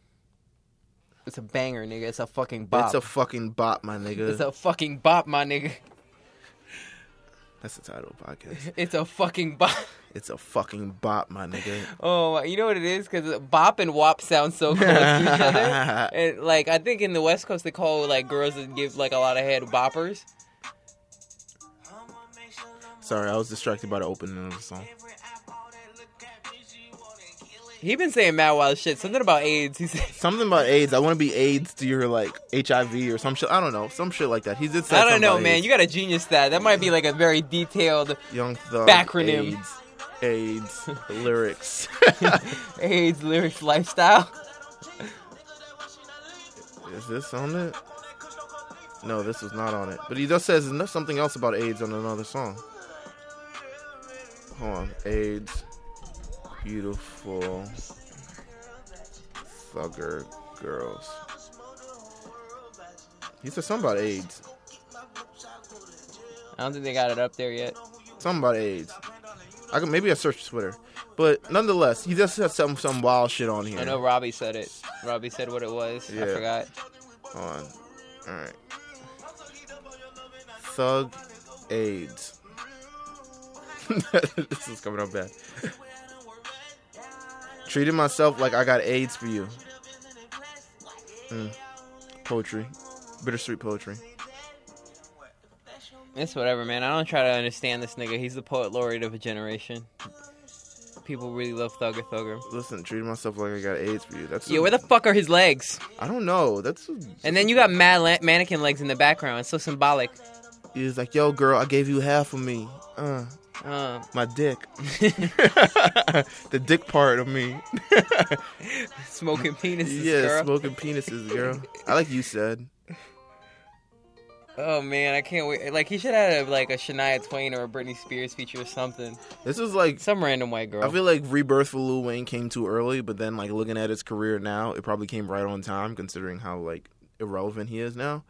Speaker 2: It's a banger, nigga. It's a fucking bop.
Speaker 1: It's a fucking bop, my nigga.
Speaker 2: it's a fucking bop, my nigga.
Speaker 1: That's the title of the podcast.
Speaker 2: It's a fucking bop.
Speaker 1: It's a fucking bop, my nigga.
Speaker 2: Oh, you know what it is? Because bop and wop sound so close to each other. And, like, I think in the West Coast, they call, like, girls that give, like, a lot of head boppers.
Speaker 1: Sorry, I was distracted by the opening of the song.
Speaker 2: He been saying mad wild shit. Something about AIDS. He said,
Speaker 1: Something about AIDS. I want to be AIDS to your like HIV or some shit. I don't know, some shit like that. He did say.
Speaker 2: I don't
Speaker 1: something
Speaker 2: know,
Speaker 1: about
Speaker 2: man.
Speaker 1: AIDS.
Speaker 2: You got a genius stat. That might be, like, a very detailed
Speaker 1: Young Thug.
Speaker 2: Backronym.
Speaker 1: AIDS. AIDS lyrics.
Speaker 2: AIDS lyrics lifestyle.
Speaker 1: Is this on it? No, this is not on it. But he just says no- something else about AIDS on another song. Hold on. AIDS. Beautiful. Thugger girls. He said something about AIDS.
Speaker 2: I don't think they got it up there yet.
Speaker 1: Something about AIDS. I could maybe I searched Twitter. But nonetheless, he just has some some wild shit on here.
Speaker 2: I know Robbie said it. Robbie said what it was.
Speaker 1: Yeah.
Speaker 2: I forgot.
Speaker 1: Hold on. All right. Thug AIDS. this is coming up bad. Treating myself like I got AIDS for you. Mm. Poetry. Bittersweet poetry.
Speaker 2: It's whatever, man. I don't try to understand this nigga. He's the poet laureate of a generation. People really love Thugger Thugger.
Speaker 1: Listen, treating myself like I got AIDS for you. That's
Speaker 2: Yeah, where the fuck are his legs?
Speaker 1: I don't know. That's
Speaker 2: And then you got mad la- mannequin legs in the background. It's so symbolic.
Speaker 1: He's like, yo, girl, I gave you half of me. Uh,
Speaker 2: Uh,
Speaker 1: my dick. the dick part of me.
Speaker 2: smoking penises,
Speaker 1: yeah,
Speaker 2: girl.
Speaker 1: smoking penises, girl. I like you said.
Speaker 2: oh man, I can't wait. Like he should have like a Shania Twain or a Britney Spears feature or something.
Speaker 1: This is like
Speaker 2: Some random white girl.
Speaker 1: I feel like Rebirth for Lil Wayne came too early, but then like looking at his career now, it probably came right on time considering how like irrelevant he is now.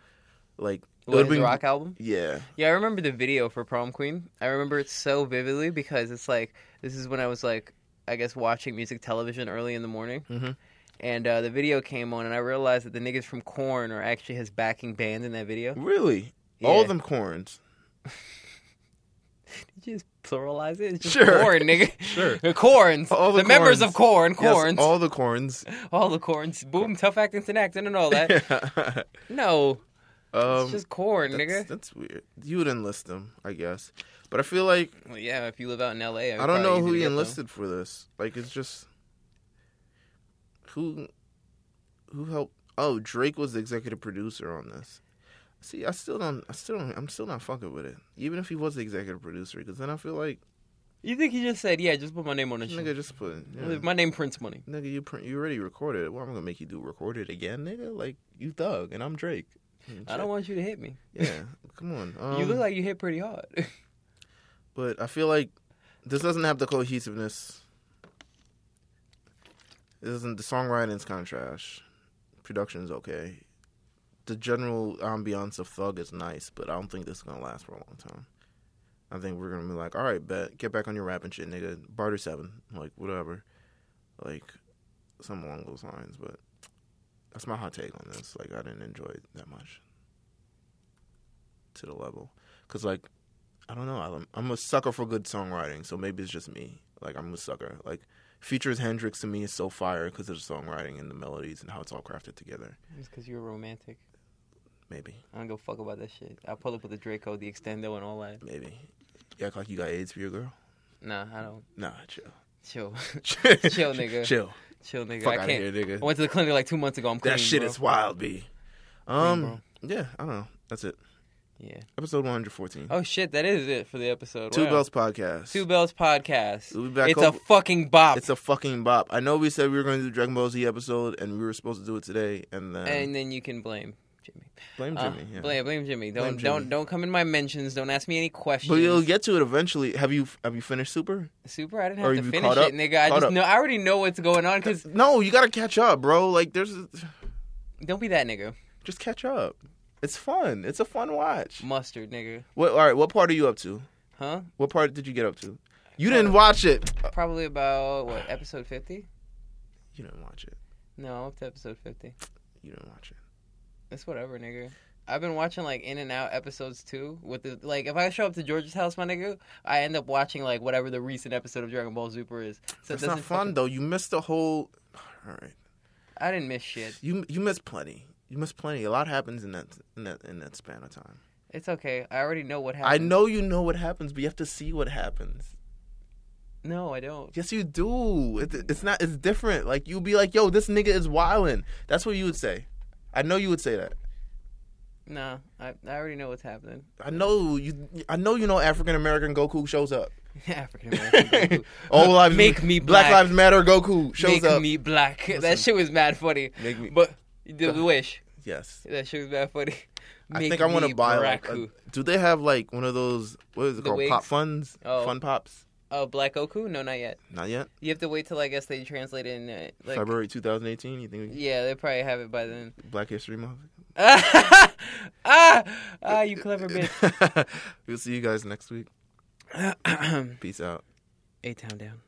Speaker 1: Like it
Speaker 2: What,
Speaker 1: would've
Speaker 2: his rock album.
Speaker 1: Yeah.
Speaker 2: Yeah, I remember the video for Prom Queen. I remember it so vividly because it's like this is when I was like, I guess watching music television early in the morning,
Speaker 1: Mhm.
Speaker 2: and uh, the video came on, and I realized that the niggas from Corn are actually his backing band in that video.
Speaker 1: Really? All
Speaker 2: Yeah.
Speaker 1: them corns.
Speaker 2: Did you just pluralize it? It's just
Speaker 1: Sure.
Speaker 2: Corn, nigga.
Speaker 1: Sure.
Speaker 2: the Corns,
Speaker 1: All the
Speaker 2: the, members
Speaker 1: Korns.
Speaker 2: of Corn,
Speaker 1: Yes,
Speaker 2: Corns, all-,
Speaker 1: all the corns. Um,
Speaker 2: the Corns. Boom, tough acting, and acting, and all that. no,
Speaker 1: um
Speaker 2: it's just Corn,
Speaker 1: that's,
Speaker 2: nigga.
Speaker 1: that's weird. You would enlist them, I guess. But I feel like
Speaker 2: Well, yeah, if you live out in L.A.,
Speaker 1: I don't know who he enlisted for this. Like it's just who who helped oh, Drake was the executive producer on this. See, I still don't I still don't I'm still not fucking with it. Even if he was the executive producer, because then I feel like
Speaker 2: You think he just said, "Yeah, just put my name on the
Speaker 1: nigga
Speaker 2: shit.
Speaker 1: just put yeah,
Speaker 2: Leave My name prints money."
Speaker 1: nigga you print you already recorded it. Well I'm gonna make you do record it again, nigga? Like you thug and I'm Drake.
Speaker 2: I don't want you to hit me.
Speaker 1: Yeah, come on. Um,
Speaker 2: Mm, you look like you hit pretty hard.
Speaker 1: but I feel like this doesn't have the cohesiveness. It doesn't. The songwriting's kind of trash. Production's okay. The general ambiance of Thug is nice, but I don't think this is gonna last for a long time. I think we're gonna be like, all right, bet, get back on your rapping shit, nigga. Barter seven, like whatever, like something along those lines. But that's my hot take on this. Like, I didn't enjoy it that much to the level, cause like I don't know. I'm, I'm a sucker for good songwriting, so maybe it's just me. Like I'm a sucker. Like features Hendrix to me is so fire because of the songwriting and the melodies and how it's all crafted together.
Speaker 2: It's because you're romantic.
Speaker 1: Maybe,
Speaker 2: I don't give a fuck about that shit. I pull up with the Draco, the Extendo, and all that.
Speaker 1: maybe. You act like you got AIDS for your girl.
Speaker 2: Nah, I don't.
Speaker 1: Nah, chill.
Speaker 2: Chill,
Speaker 1: chill,
Speaker 2: nigga.
Speaker 1: Chill.
Speaker 2: chill, nigga.
Speaker 1: Fuck
Speaker 2: I
Speaker 1: outta
Speaker 2: can't.
Speaker 1: here, nigga.
Speaker 2: I went to the clinic like two months ago. I'm clean,
Speaker 1: that shit
Speaker 2: bro.
Speaker 1: is wild, b. Um, yeah. I don't know. That's it.
Speaker 2: Yeah.
Speaker 1: Episode 114.
Speaker 2: Oh shit, that is it for the episode.
Speaker 1: Two
Speaker 2: Wow.
Speaker 1: Bells Podcast.
Speaker 2: Two bells podcast.
Speaker 1: We'll be back
Speaker 2: it's
Speaker 1: over-
Speaker 2: a fucking bop.
Speaker 1: It's a fucking bop. I know we said we were going to do Dragon Ball Z episode, and we were supposed to do it today, and then
Speaker 2: and then you can blame Jimmy.
Speaker 1: blame
Speaker 2: Uh,
Speaker 1: Jimmy. yeah.
Speaker 2: blame, blame Jimmy. Don't
Speaker 1: Blame
Speaker 2: don't
Speaker 1: Jimmy.
Speaker 2: don't come in my mentions. Don't ask me any questions.
Speaker 1: But you'll get to it eventually. Have you have you finished Super?
Speaker 2: Super. I didn't
Speaker 1: Are
Speaker 2: have to
Speaker 1: you
Speaker 2: finish
Speaker 1: caught
Speaker 2: it,
Speaker 1: up?
Speaker 2: nigga. I
Speaker 1: Caught
Speaker 2: just
Speaker 1: up.
Speaker 2: know. I already know what's going on. Cause
Speaker 1: No, you gotta catch up, bro. Like there's
Speaker 2: don't be that nigga.
Speaker 1: just catch up. It's fun. It's a fun watch.
Speaker 2: Mustard, nigga.
Speaker 1: What? All right. What part are you up to?
Speaker 2: Huh?
Speaker 1: What part did you get up to? You
Speaker 2: Uh,
Speaker 1: didn't watch it.
Speaker 2: Probably about what episode fifty?
Speaker 1: You didn't watch it.
Speaker 2: No, I'm up to episode fifty.
Speaker 1: You didn't watch it.
Speaker 2: It's whatever, nigga. I've been watching like In and Out episodes too. With the like, if I show up to George's house, my nigga, I end up watching like whatever the recent episode of Dragon Ball Super is. So it
Speaker 1: That's not
Speaker 2: doesn't
Speaker 1: fun
Speaker 2: fucking-
Speaker 1: though. You missed the whole. All right.
Speaker 2: I didn't miss shit.
Speaker 1: You you missed plenty. You missed plenty. A lot happens in that in that in that span of time.
Speaker 2: It's okay. I already know what happened.
Speaker 1: I know you know what happens, but you have to see what happens.
Speaker 2: No, I don't.
Speaker 1: Yes, you do. It, it's not. It's different. Like you'd be like, "Yo, this nigga is wildin'. That's what you would say. I know you would say that.
Speaker 2: Nah, I, I already know what's happening.
Speaker 1: I know you. I know you know African American Goku shows up.
Speaker 2: African American.
Speaker 1: All lives
Speaker 2: Make me
Speaker 1: Black
Speaker 2: black.
Speaker 1: Lives Matter. Goku shows
Speaker 2: Make
Speaker 1: up.
Speaker 2: me black. That shit was mad funny.
Speaker 1: Make me-
Speaker 2: But the wish.
Speaker 1: yes,
Speaker 2: That shit was mad funny.
Speaker 1: I
Speaker 2: Make
Speaker 1: think I want
Speaker 2: me
Speaker 1: to buy. Like,
Speaker 2: Baraku.
Speaker 1: a- do they have like one of those? What is it
Speaker 2: The
Speaker 1: called?
Speaker 2: wigs?
Speaker 1: Pop funds?
Speaker 2: Oh.
Speaker 1: Fun pops?
Speaker 2: Oh, Black Goku? No, not yet.
Speaker 1: Not yet.
Speaker 2: You have to wait till I guess they translate it in uh, like
Speaker 1: February 2018. You think we-
Speaker 2: Yeah, they probably have it by then.
Speaker 1: Black History Month?
Speaker 2: ah, ah, you clever bitch.
Speaker 1: we'll see you guys next week. Peace out.
Speaker 2: A town down.